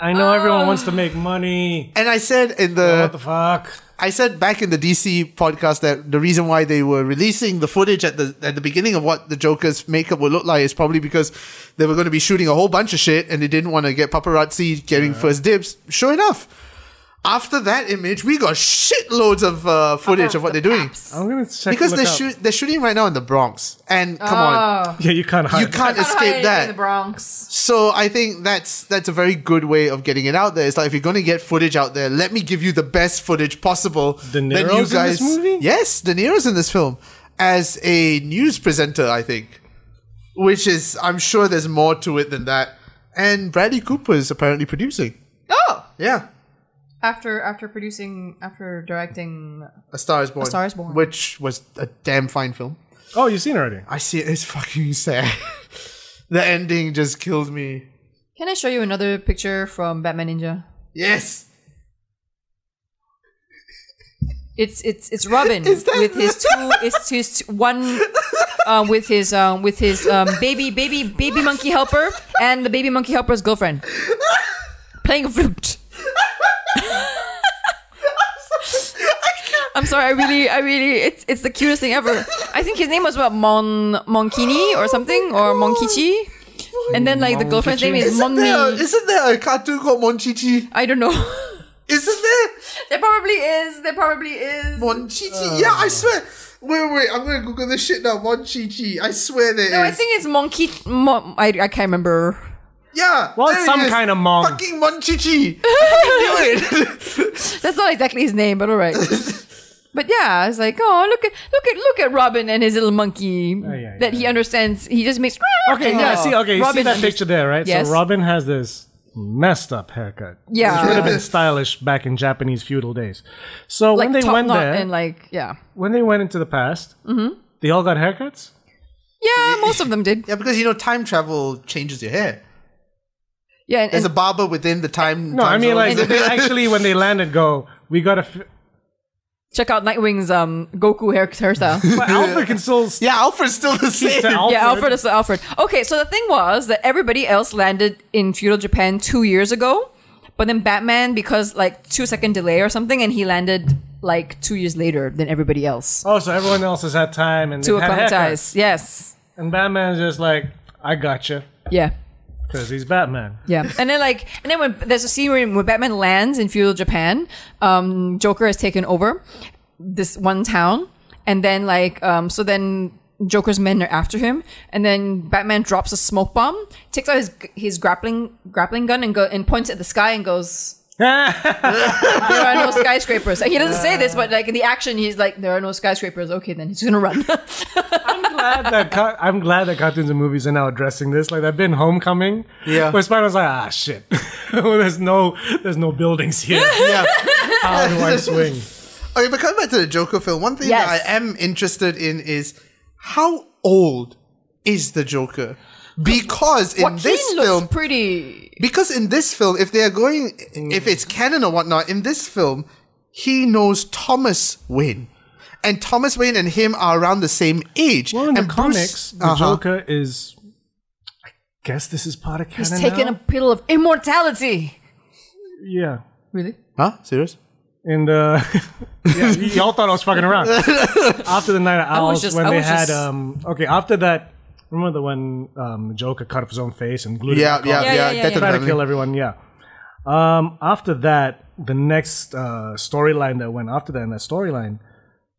S3: I know everyone wants to make money.
S2: And I said in
S3: What
S2: the,
S3: the fuck?
S2: I said back in the DC podcast that the reason why they were releasing the footage at the at the beginning of what the Joker's makeup would look like is probably because they were going to be shooting a whole bunch of shit and they didn't want to get paparazzi getting first dibs. Sure enough, after that image, we got shitloads of uh, footage of what they're doing
S3: I'm gonna check
S2: because
S3: look
S2: they're
S3: up.
S2: shoot they're shooting right now in the Bronx. And come on,
S3: Yeah, you can't hide.
S2: you can't
S1: Gotta hide
S2: escape
S1: it
S2: that.
S1: In the Bronx.
S2: So I think that's that's a very good way of getting it out there. It's like if you're going to get footage out there, let me give you the best footage possible.
S3: De Niro's in this movie?
S2: yes, De Niro's in this film as a news presenter, I think, which is I'm sure there's more to it than that. And Bradley Cooper is apparently producing.
S1: Oh!
S2: Yeah,
S1: After after producing, after directing.
S2: A Star is Born.
S1: Star Is Born.
S2: which was a damn fine film.
S3: Oh, you've seen it already.
S2: I see it. It's fucking sad. the ending just killed me.
S1: Can I show you another picture from Batman Ninja?
S2: Yes.
S1: It's it's it's Robin
S2: Is that-
S1: with his two it's his t- one uh, with his um with his um baby baby baby monkey helper and the baby monkey helper's girlfriend playing a flute. I'm sorry, I really I really it's it's the cutest thing ever. I think his name was what Mon Monkini or something or Monkichi. And then like the girlfriend's name is
S2: Isn't there,
S1: Monni.
S2: isn't there a cartoon called Monchichi?
S1: I don't know.
S2: Isn't there?
S1: There probably is. There probably is.
S2: Monchichi. yeah, I swear. Wait, wait, I'm gonna Google this shit now. Monchichi. I swear there is.
S1: No, I think it's monkey. Mon- I, I can't remember.
S2: Yeah.
S3: Well, it's
S2: there it
S3: some
S2: is.
S3: kind of mon.
S2: Fucking Monchichi. I fucking knew it.
S1: That's not exactly his name, but all right. but yeah, it's like, oh, look at look at look at Robin and his little monkey
S3: yeah,
S1: that he understands. He just makes.
S3: Okay, yeah,
S1: Oh.
S3: see, okay, you see
S1: Robin
S3: that
S1: under-
S3: picture there, right?
S1: Yes.
S3: So Robin has this messed up haircut.
S1: Yeah.
S3: Which would have been stylish back in Japanese feudal days. So
S1: Like
S3: when they
S1: top
S3: went
S1: knot
S3: there,
S1: and like Mm-hmm. yeah,
S3: when they went into the past, they all got haircuts?
S1: yeah. Most of them did.
S2: yeah, because you know time travel changes your hair.
S1: Yeah, and,
S2: There's a
S1: and
S2: barber within the time.
S3: No,
S2: time
S3: I mean,
S2: zone.
S3: like, did they actually, when they landed, go, we got to. F-
S1: check out Nightwing's um Goku hair hairstyle.
S3: but Alfred can still
S2: yeah, Alfred's still the same.
S3: speak to Alfred.
S1: yeah, Alfred is Alfred. Okay, so the thing was that everybody else landed in feudal Japan two years ago, but then Batman because like two second delay or something, and he landed like two years later than everybody else
S3: Oh, so everyone else has had time and
S1: to
S3: they've had haircuts.
S1: acclimatize. Yes.
S3: And Batman's just like, I gotcha,
S1: Yeah.
S3: because he's Batman.
S1: Yeah, and then like, and then when there's a scene where, where Batman lands in feudal Japan, um, Joker has taken over this one town, and then like, um, so then Joker's men are after him, and then Batman drops a smoke bomb, takes out his his grappling grappling gun, and go and points at the sky and goes. there are no skyscrapers. And he doesn't say this, but like in the action, he's like, "There are no skyscrapers." Okay, then he's gonna run.
S3: I'm glad that ca- I'm glad that cartoons and movies are now addressing this. Like, I've been Homecoming,
S2: Yeah.
S3: where Spider-Man's like, ah, shit, there's no there's no buildings here.
S2: Yeah.
S3: How do Oh, I swing?
S2: Okay, but coming back to the Joker film, one thing
S1: Yes.
S2: that I am interested in is how old is the Joker? Because in
S1: Joaquin
S2: this
S1: looks
S2: film,
S1: pretty.
S2: because in this film, if they are going,
S3: Mm.
S2: if it's canon or whatnot, in this film, he knows Thomas Wayne, and Thomas Wayne and him are around the same age.
S3: Well, in the
S2: and Bruce-
S3: comics, the
S2: Uh-huh.
S3: Joker is. I guess this is part of canon.
S1: He's taken
S3: now?
S1: a pill of immortality.
S3: yeah.
S1: Really?
S2: Huh? Serious?
S3: And uh, yeah, y- y'all thought I was fucking around. after the Night of
S1: was
S3: Owls,
S1: just-
S3: when
S1: I
S3: they
S1: was
S3: had
S1: just-
S3: um, okay, after that, remember the when um, the Joker cut up his own face and glued
S2: Yeah,
S3: it back
S2: yeah,
S3: on?
S2: yeah.
S1: Yeah, yeah, yeah,
S2: Death
S1: yeah.
S2: and
S3: try to
S2: Family.
S3: kill everyone. Yeah. Um, after that, the next uh, storyline that went after that, in that storyline,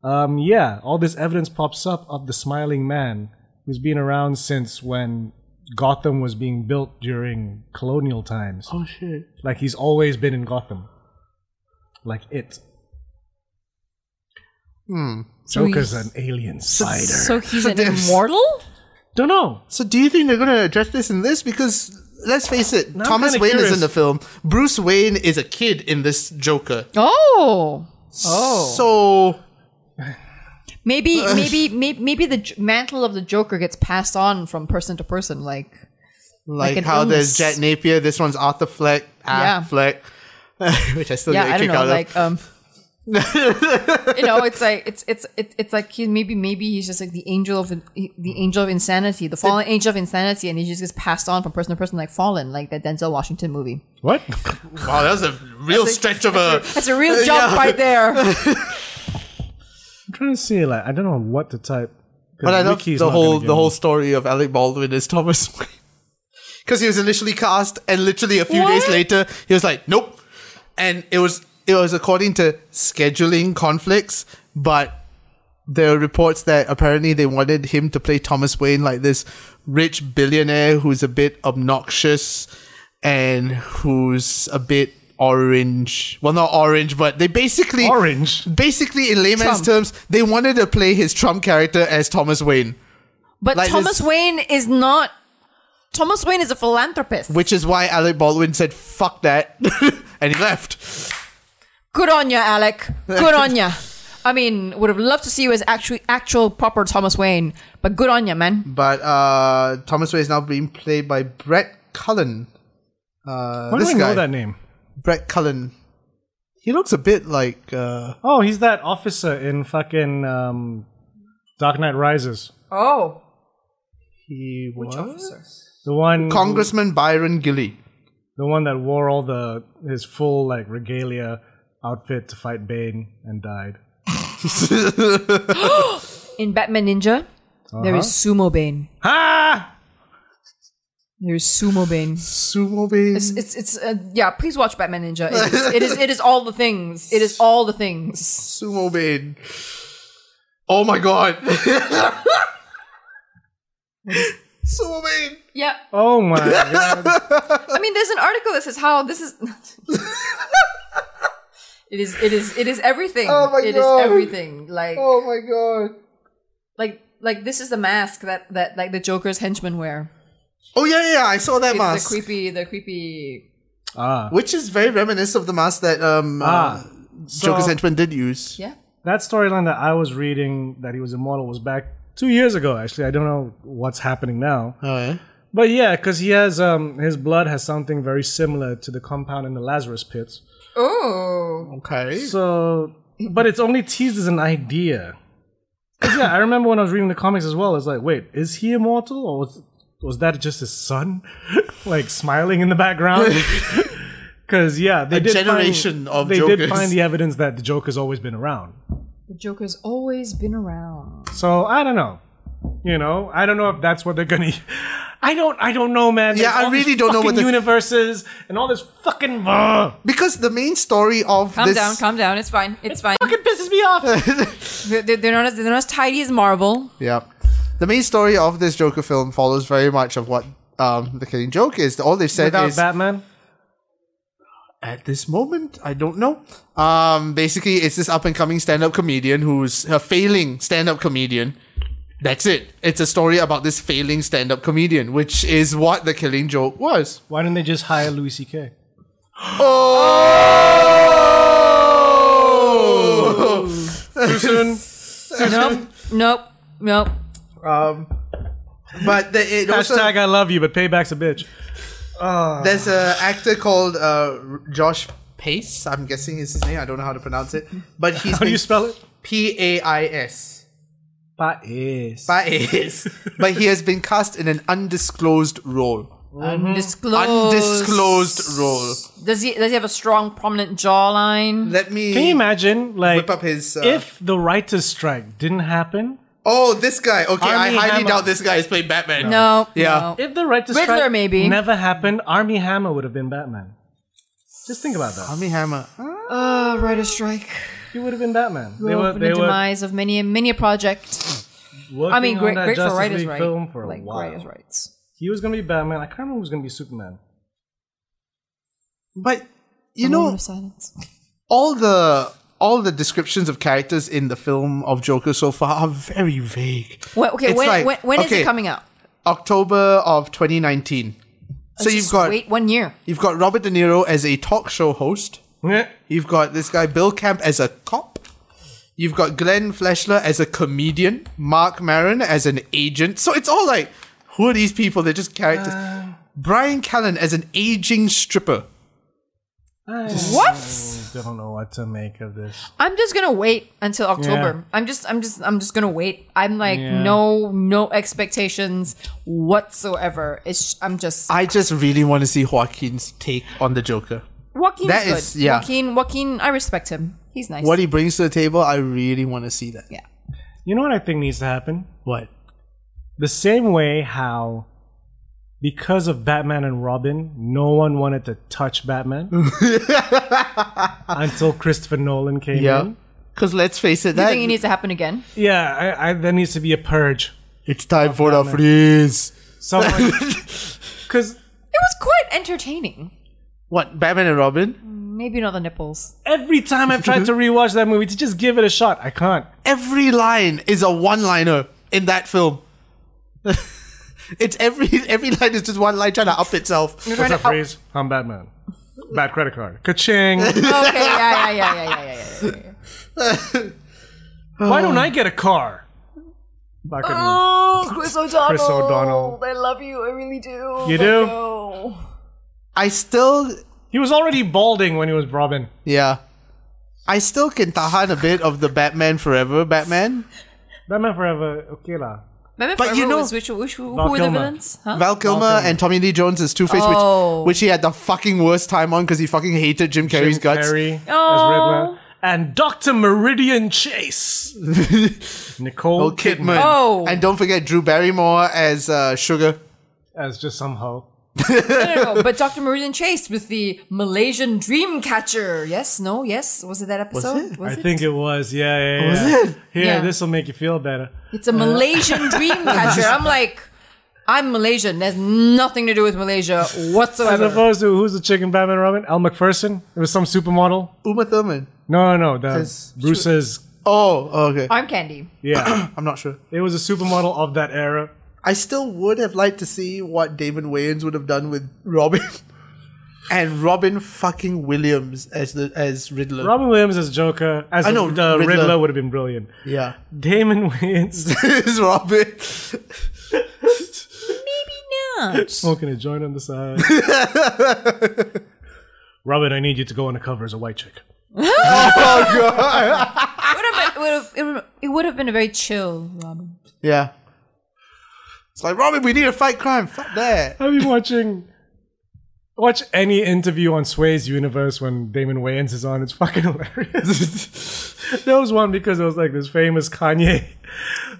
S3: um, yeah, all this evidence pops up of the smiling man who's been around since when Gotham was being built during colonial times.
S2: Oh shit!
S3: Like he's always been in Gotham. Like it.
S1: So
S3: Joker's
S1: he's-
S3: an alien spider.
S1: So he's an
S2: there's-
S1: immortal?
S3: Don't know.
S2: So do you think they're gonna address this in this? Because let's face it,
S3: Now I'm
S2: Thomas
S3: kinda
S2: Wayne is
S3: curious.
S2: in the film. Bruce Wayne is a kid in this Joker.
S1: Oh. Oh.
S2: So
S1: maybe maybe maybe maybe the j- mantle of the Joker gets passed on from person to person like
S2: like,
S1: an
S2: how there's
S1: illness.
S2: Jack Napier, this one's Arthur Fleck,
S1: Yeah.
S2: Affleck, which I still
S1: yeah,
S2: get a
S1: I don't
S2: kick
S1: know
S2: out
S1: like
S2: of.
S1: um you know, it's like it's it's it, it's like he maybe maybe he's just like the angel of the angel of insanity, the fallen angel of insanity, and he just gets passed on from person to person, like fallen, like that Denzel Washington movie.
S3: What?
S2: Wow, that was a real stretch of a.
S1: That's a real jump right there.
S3: I'm trying to see. Like I don't know what to type. 'Cause
S2: But I love
S3: Wiki's
S2: the
S3: not gonna
S2: whole
S3: give
S2: the
S3: me-
S2: whole story of Alec Baldwin as Thomas Wayne. Because he was initially cast, and literally a few days
S1: What?
S2: later, he was like, "Nope," and it was it was according to scheduling conflicts. But there are reports that apparently they wanted him to play Thomas Wayne like this rich billionaire who's a bit obnoxious and who's a bit orange. Well, not orange, but they basically
S3: Orange?
S2: Uh, Basically, in layman's
S1: Trump.
S2: terms, they wanted to play his Trump character as Thomas Wayne.
S1: But
S2: Like
S1: Thomas
S2: this-
S1: Wayne is not. Thomas Wayne is a philanthropist.
S2: Which is why Alec Baldwin said, fuck that. and he left.
S1: Good on ya, Alec. Good on ya. I mean, would have loved to see you as actual, actual proper Thomas Wayne, but good on ya, man.
S2: But uh, Thomas Wayne is now being played by Brett Cullen. Uh,
S3: Why do
S2: this
S3: I
S2: guy,
S3: know that name?
S2: Brett Cullen. He looks a bit like. Uh,
S3: Oh, he's that officer in fucking um, Dark Knight Rises.
S1: Oh,
S2: he was?
S3: The one,
S2: Congressman Byron Gilly.
S3: the one that wore all the his full like regalia outfit to fight Bane and died.
S1: in Batman Ninja, there is
S2: Uh-huh.
S1: Sumo Bane.
S3: Ha!
S1: There is Sumo Bane.
S2: Sumo Bay.
S1: It's it's, it's uh, yeah. Please watch Batman Ninja. It is, it is it is all the things. It is all the things.
S2: Sumo Bay. Oh my god. Sumo Bay.
S1: Yeah.
S3: Oh my god!
S1: I mean, there's an article that says how this is. it is it is it is everything.
S2: Oh my
S1: It is
S2: God.
S1: everything. Like
S2: Oh my god.
S1: like like this is the mask that that like the Joker's henchmen wear.
S2: Oh yeah, yeah, yeah, I saw that
S1: It's
S2: mask.
S1: the creepy the creepy.
S3: ah,
S2: which is very reminiscent of the mask that um
S3: Ah,
S2: uh, Joker's
S3: so-
S2: henchman did use.
S1: Yeah.
S3: that storyline that I was reading that he was immortal was back two years ago. Actually, I don't know what's happening now.
S2: Oh, yeah.
S3: But yeah, because he has um, his blood has something very similar to the compound in the Lazarus pits.
S1: Oh.
S2: Okay.
S3: So, but it's only teased as an idea. 'Cause, yeah, I remember when I was reading the comics as well. It's like, wait, is he immortal, or was was that just his son, like smiling in the background? Because yeah, they
S2: A
S3: did
S2: generation
S3: find,
S2: of
S3: they
S2: Jokers.
S3: did find the evidence that the Joker's always been around.
S1: The Joker's always been around.
S3: So I don't know. You know, I don't know if that's what they're gonna. I don't. I don't know, man.
S2: Yeah,
S3: There's
S2: I
S3: all these
S2: really don't know what
S3: fucking
S2: the-
S3: universes and all this fucking. Ugh,
S2: Because the main story of
S1: Calm
S2: this
S1: down, calm down. It's fine. It's fine.
S3: fucking pisses me off.
S1: They're, they're- they're not as they're not as tidy as Marvel.
S2: Yeah. The main story of this Joker film follows very much of what um, the Killing Joke is. All they've said
S3: Without
S2: is
S3: Batman,
S2: at this moment, I don't know. Um, basically, it's this up and coming stand up comedian who's a failing stand up comedian. That's it. It's a story about this failing stand up comedian, which is what the Killing Joke was.
S3: why didn't they just hire Louis C.K.?
S2: Oh!
S3: Too soon.
S1: Nope, nope, nope.
S2: But the, it also
S3: Hashtag I love you, but payback's a bitch.
S2: There's an actor called uh, R- Josh Pace. I'm guessing is his name. I don't know how to pronounce it, but he's
S3: How do you spell it?
S2: P A I S.
S3: Paes.
S2: Pace. but he has been cast in an undisclosed role.
S1: Undisclosed.
S2: Undisclosed role.
S1: Does he does he have a strong, prominent jawline?
S2: Let me
S3: Can you imagine, like,
S2: whip up his. Uh,
S3: if the writers' strike didn't happen?
S2: oh, this guy. Okay, I
S3: Army
S2: highly
S3: Hammer.
S2: doubt this guy is playing Batman.
S1: No.
S2: Yeah.
S1: no.
S3: If the writers'
S1: Riddler,
S3: strike
S1: maybe.
S3: never happened, Army Hammer would have been Batman. Just think about that.
S2: Army Hammer.
S1: Uh, writer strike.
S3: He would have been Batman. They
S1: They
S3: were, they were
S1: demise of many many a project.
S3: working
S1: I mean,
S3: on
S1: great,
S3: that
S1: great for
S3: Justice
S1: writers'
S3: League
S1: rights.
S3: film for a
S1: like
S3: while.
S1: writers' rights.
S3: He was going to be Batman. I can't remember who was going to be Superman.
S2: But you
S1: A moment
S2: know,
S1: of silence.
S2: all the all the descriptions of characters in the film of Joker so far are very vague.
S1: Well, okay,
S2: It's
S1: when,
S2: like-
S1: when, when is
S2: okay.
S1: it coming out?
S2: October of 2019. So you've
S1: Just
S2: got
S1: wait one year.
S2: you've got Robert De Niro as a talk show host.
S3: Yeah.
S2: You've got this guy Bill Camp as a cop. You've got Glenn Fleshler as a comedian. Mark Maron as an agent. So it's all like, who are these people? They're just characters.
S1: Uh.
S2: Brian Callen as an aging stripper.
S1: What?
S3: Don't know what to make of this.
S1: I'm just gonna wait until October.
S3: Yeah.
S1: I'm just, I'm just, I'm just gonna wait. I'm like
S3: Yeah.
S1: no, no expectations whatsoever. It's, I'm just.
S2: I just really want to see Joaquin's take on the Joker.
S1: Joaquin's
S2: that
S1: good.
S2: is- yeah.
S1: Joaquin, Joaquin, I respect him. He's nice.
S2: What he brings to the table, I really want to see that.
S1: yeah.
S3: You know what I think needs to happen?
S2: What?
S3: The same way how, because of Batman and Robin, no one wanted to touch Batman until Christopher Nolan came
S2: Yeah.
S3: in.
S2: Because let's face it,
S1: You
S2: that
S1: think it needs to happen again?
S3: Yeah, I, I, there needs to be a purge.
S2: it's time for the freeze.
S3: Someone, because
S1: It was quite entertaining.
S2: What? Batman and Robin?
S1: Maybe not the nipples.
S3: every time I've tried to rewatch that movie to just give it a shot, I can't.
S2: every line is a one liner in that film. it's every every line is just one line trying to up itself.
S3: What's that phrase? I'm Batman. Bad credit card. Ka-ching.
S1: Okay. Yeah. Yeah. Yeah. Yeah. Yeah. Yeah. yeah, yeah.
S3: Why don't I get a car? Back at me.
S1: Oh, Chris O'Donnell.
S3: Chris O'Donnell.
S1: I love you. I really do.
S3: You do?
S1: do.
S2: I still
S3: He was already balding when he was Robin.
S2: yeah. I still can tahan a bit of the Batman Forever Batman.
S3: Batman Forever, okay la.
S1: Remember
S2: But you
S1: Forever
S2: know-
S1: was which, which, who
S3: Val
S1: were the
S3: Kilmer.
S1: villains? Huh?
S2: Val Kilmer and Tommy Lee Jones as Two Face,
S1: Oh.
S2: which which he had the fucking worst time on because he fucking hated Jim Carrey's
S3: Jim
S2: guts.
S3: Carrey
S1: Aw.
S3: as Riddler. And Dr. Meridian Chase. Nicole
S2: Oh,
S3: Kidman.
S2: Kidman.
S1: Oh.
S2: And don't forget Drew Barrymore as uh, Sugar.
S3: As just some hoe.
S1: no, no, no. But Dr. Meridian Chase with the Malaysian dream catcher. Yes, no, yes. Was it that episode? Was it?
S3: I think it was, yeah, yeah, yeah.
S2: Was it?
S3: Here,
S1: Yeah.
S3: this will make you feel better.
S1: It's a Malaysian dream catcher. I'm like, I'm Malaysian. There's nothing to do with Malaysia
S3: As
S1: whatsoever.
S3: opposed to who's the chicken Batman and Robin? Elle McPherson? It was some supermodel?
S2: Uma Thurman.
S3: No, no, no. The
S2: As-
S3: Bruce's.
S2: Oh, okay.
S1: Arm candy.
S3: Yeah.
S2: I'm not sure.
S3: it was a supermodel of that era.
S2: I still would have liked to see what Damon Wayans would have done with Robin and Robin fucking Williams as the as Riddler.
S3: Robin Williams as Joker, as
S2: I know,
S3: the
S2: Riddler.
S3: Riddler. would have been brilliant.
S2: yeah,
S3: Damon Wayans
S2: it's Robin.
S1: Yeah.
S3: smoking a joint on the side. Robin, I need you to go undercover as a white chick.
S1: Would have been- would have- it would have- it would have been a very chill Robin.
S2: Yeah, it's like Robin. We need to fight crime. Fuck that.
S3: I've been watching Watch any interview on Sway's universe when Damon Wayans is on. It's fucking hilarious. there was one because there was like this famous Kanye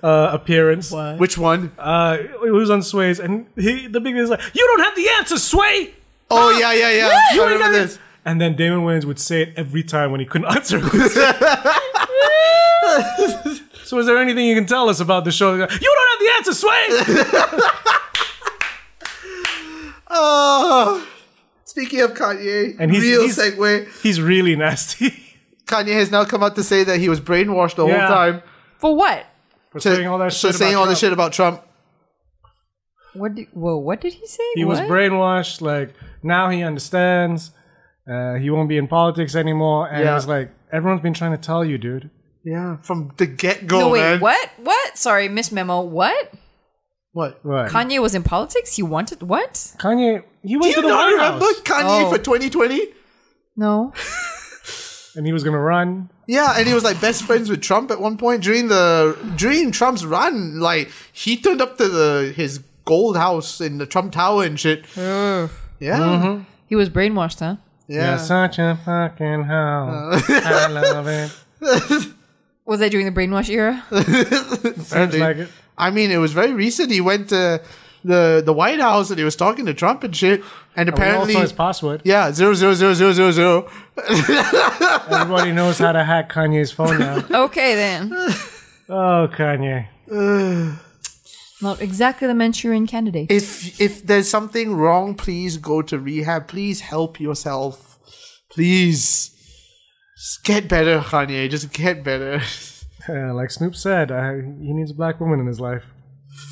S3: uh, appearance.
S2: Which one?
S3: Uh, it was on Sway's, and he the big thing is like, "You don't have the answer, Sway."
S2: oh yeah, yeah, yeah. I
S3: You ain't got
S2: remember
S3: it."
S2: this.
S3: And then Damon Wayans would say it every time when he couldn't answer. a question. so, is there anything you can tell us about the show? You don't have the answer, Sway.
S2: Oh. Speaking of Kanye,
S3: And he's-
S2: real
S3: he's-
S2: segue.
S3: He's really nasty.
S2: Kanye has now come out to say that he was brainwashed the
S3: Yeah.
S2: whole time.
S1: For what?
S3: For
S2: To,
S3: saying all that
S2: for
S3: shit.
S2: saying
S3: about
S2: all
S3: Trump.
S2: this shit about Trump.
S1: What? Did, whoa! What did he say?
S3: He was
S1: What?
S3: brainwashed. Like now he understands. Uh, he won't be in politics anymore. And
S2: Yeah.
S3: it's like everyone's been trying to tell you, dude.
S2: Yeah, from the get go,
S1: No, wait.
S2: man.
S1: What? What? Sorry, Miss Memo. What?
S2: What?
S3: Right.
S1: Kanye was in politics. He wanted what?
S3: Kanye, he went
S2: You
S3: to the
S2: don't
S3: White
S2: remember
S3: House
S2: Kanye
S1: Oh.
S2: for 2020?
S1: No.
S3: and he was gonna run.
S2: Yeah, and he was like best friends with Trump at one point during the during Trump's run. Like he turned up to the his gold house in the Trump Tower and shit. Yeah,
S3: Mm-hmm.
S1: He was brainwashed, huh?
S2: yeah. Oh.
S3: such a fucking house. I love it.
S1: Was that during the brainwash era?
S3: Sounds like it.
S2: I mean, it was very recent. He went to the the White House and he was talking to Trump and shit. And
S3: Apparently,
S2: apparently,
S3: also his password.
S2: yeah, zero zero zero zero zero zero.
S3: Everybody knows how to hack Kanye's phone now.
S1: okay then.
S3: Oh, Kanye.
S1: Not exactly the Manchurian candidate.
S2: If if there's something wrong, please go to rehab. Please help yourself. Please. Just get better, Kanye. Just get better.
S3: Uh, like Snoop said, uh, he needs a black woman in his life.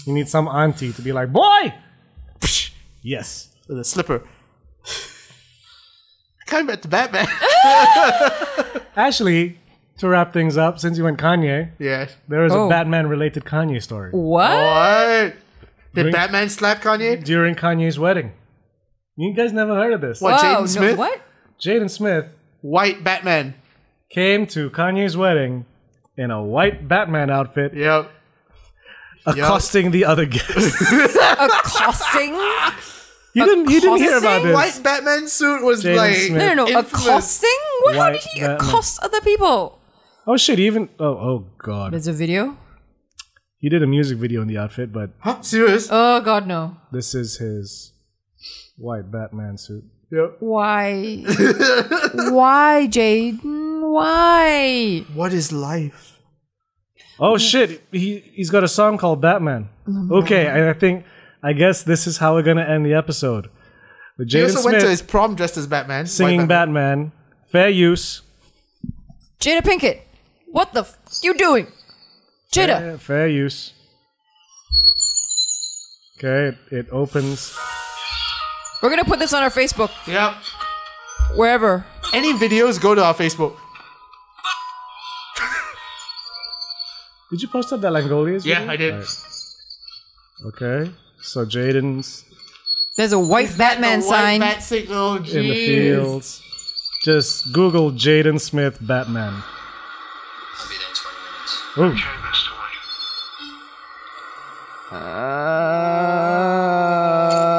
S3: He needs some auntie to be like, boy. Yes.
S2: with a slipper. Coming back to Batman.
S3: Actually, to wrap things up, since you went Kanye,
S2: yeah.
S3: there is
S1: Oh.
S3: a Batman-related Kanye story
S2: Oh,
S1: What?
S2: What? Did
S3: Drink-
S2: Batman slap Kanye?
S3: during Kanye's wedding. You guys never heard of this?
S2: What?
S1: Wow,
S2: Jaden Smith?
S1: what?
S3: Jaden Smith
S2: White Batman.
S3: came to Kanye's wedding in a white Batman outfit,
S2: Yep.
S3: accosting the other guests.
S1: Accosting?
S3: you didn't. You didn't hear about
S1: Accosting?
S3: this.
S2: White Batman suit was
S3: Jaden
S2: like
S3: Smith.
S1: No, no, no.
S2: Infamous.
S1: Accosting? What? How
S3: White
S1: did he
S3: Batman.
S1: accost other people?
S3: Oh shit! he Even oh oh god,
S1: There's a video.
S3: he did a music video in the outfit, but
S2: huh? serious.
S1: Oh God, no.
S3: this is his white Batman suit.
S2: Yep.
S1: Why? Why, Jaden? Why?
S2: What is life?
S3: Oh shit! He he's got a song called Batman. Okay, and I think I guess this is how we're gonna end the episode. With
S2: He
S3: Jaden
S2: also went
S3: Smith
S2: to his prom dressed as Batman. White
S3: singing Batman. Fair use.
S1: Jada Pinkett, what the f you doing? Jada,
S3: Fair, fair use. Okay, it, it opens.
S1: we're gonna put this on our Facebook,
S2: Yep.
S1: wherever.
S2: Any videos, go to our Facebook.
S3: Did you post up that Langoliers? video?
S2: I did.
S3: Okay, so Jaden's
S1: There's a white Batman
S2: The white
S1: sign.
S2: bat signal.
S3: in the
S2: jeez.
S3: fields. Just Google Jaden Smith Batman.
S4: I'll be there in 20 minutes.
S3: Ooh,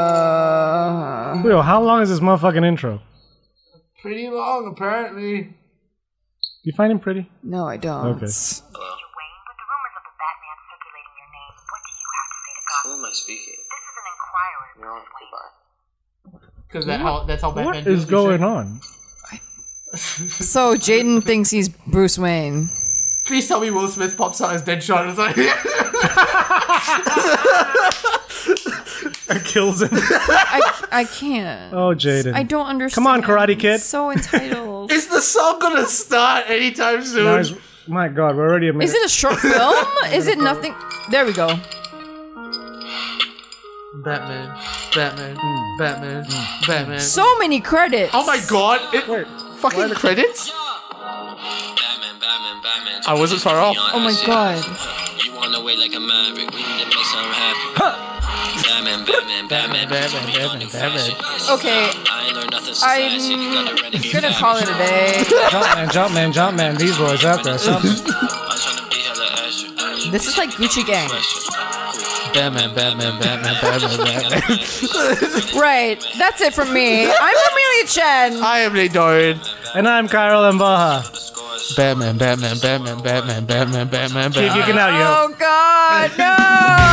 S1: Uh,
S3: yo, how long is this motherfucking intro?
S2: Pretty long, apparently.
S3: You find him pretty?
S1: no, I don't.
S3: Okay.
S5: you, Wayne, with the rumors of the Batman circulating your name, what do you have to say to God?
S4: Who am I speaking?
S5: This is an inquirer.
S4: You're on goodbye.
S2: Because that how, that's how Oh, Batman
S3: What is
S2: his
S3: going
S2: shit.
S3: on?
S1: So Jaden thinks he's Bruce Wayne.
S2: Please tell me Will Smith pops out as Deadshot or something.
S3: kills him.
S1: I, I can't.
S3: Oh, Jaden.
S1: I don't understand.
S3: Come on, Karate Kid.
S1: So entitled.
S2: Is the song gonna start anytime soon?
S3: Guys, my God, we're already a minute.
S1: Is it a short film? Is it nothing? There we go.
S2: Batman, Batman, Batman, Batman.
S1: So many credits.
S2: oh my god! It fucking credits.
S4: Batman, Batman, Batman.
S2: I wasn't far off.
S1: Oh my god.
S4: You on the way like a maverick. We need to make something happen. Batman, Batman, Batman,
S2: Batman, Batman, Batman.
S1: Okay,
S4: I ain't learned nothing since
S1: I'm
S4: last year. You got the renegade
S1: gonna call it a day.
S3: Jumpman, Jumpman, Jumpman. These boys out there. Something.
S4: I'm trying to be hella extra.
S1: This is like Gucci Gang.
S4: Batman, Batman, Batman, Batman, Batman.
S1: Right. That's it from me. I'm Amelia Chen.
S2: I am Nate Doran.
S3: And I'm Carol and Baha.
S4: Batman, Batman, Batman, Batman, Batman, Batman,
S3: Keep
S4: Batman.
S3: geeking out, yo.
S1: Oh God, no.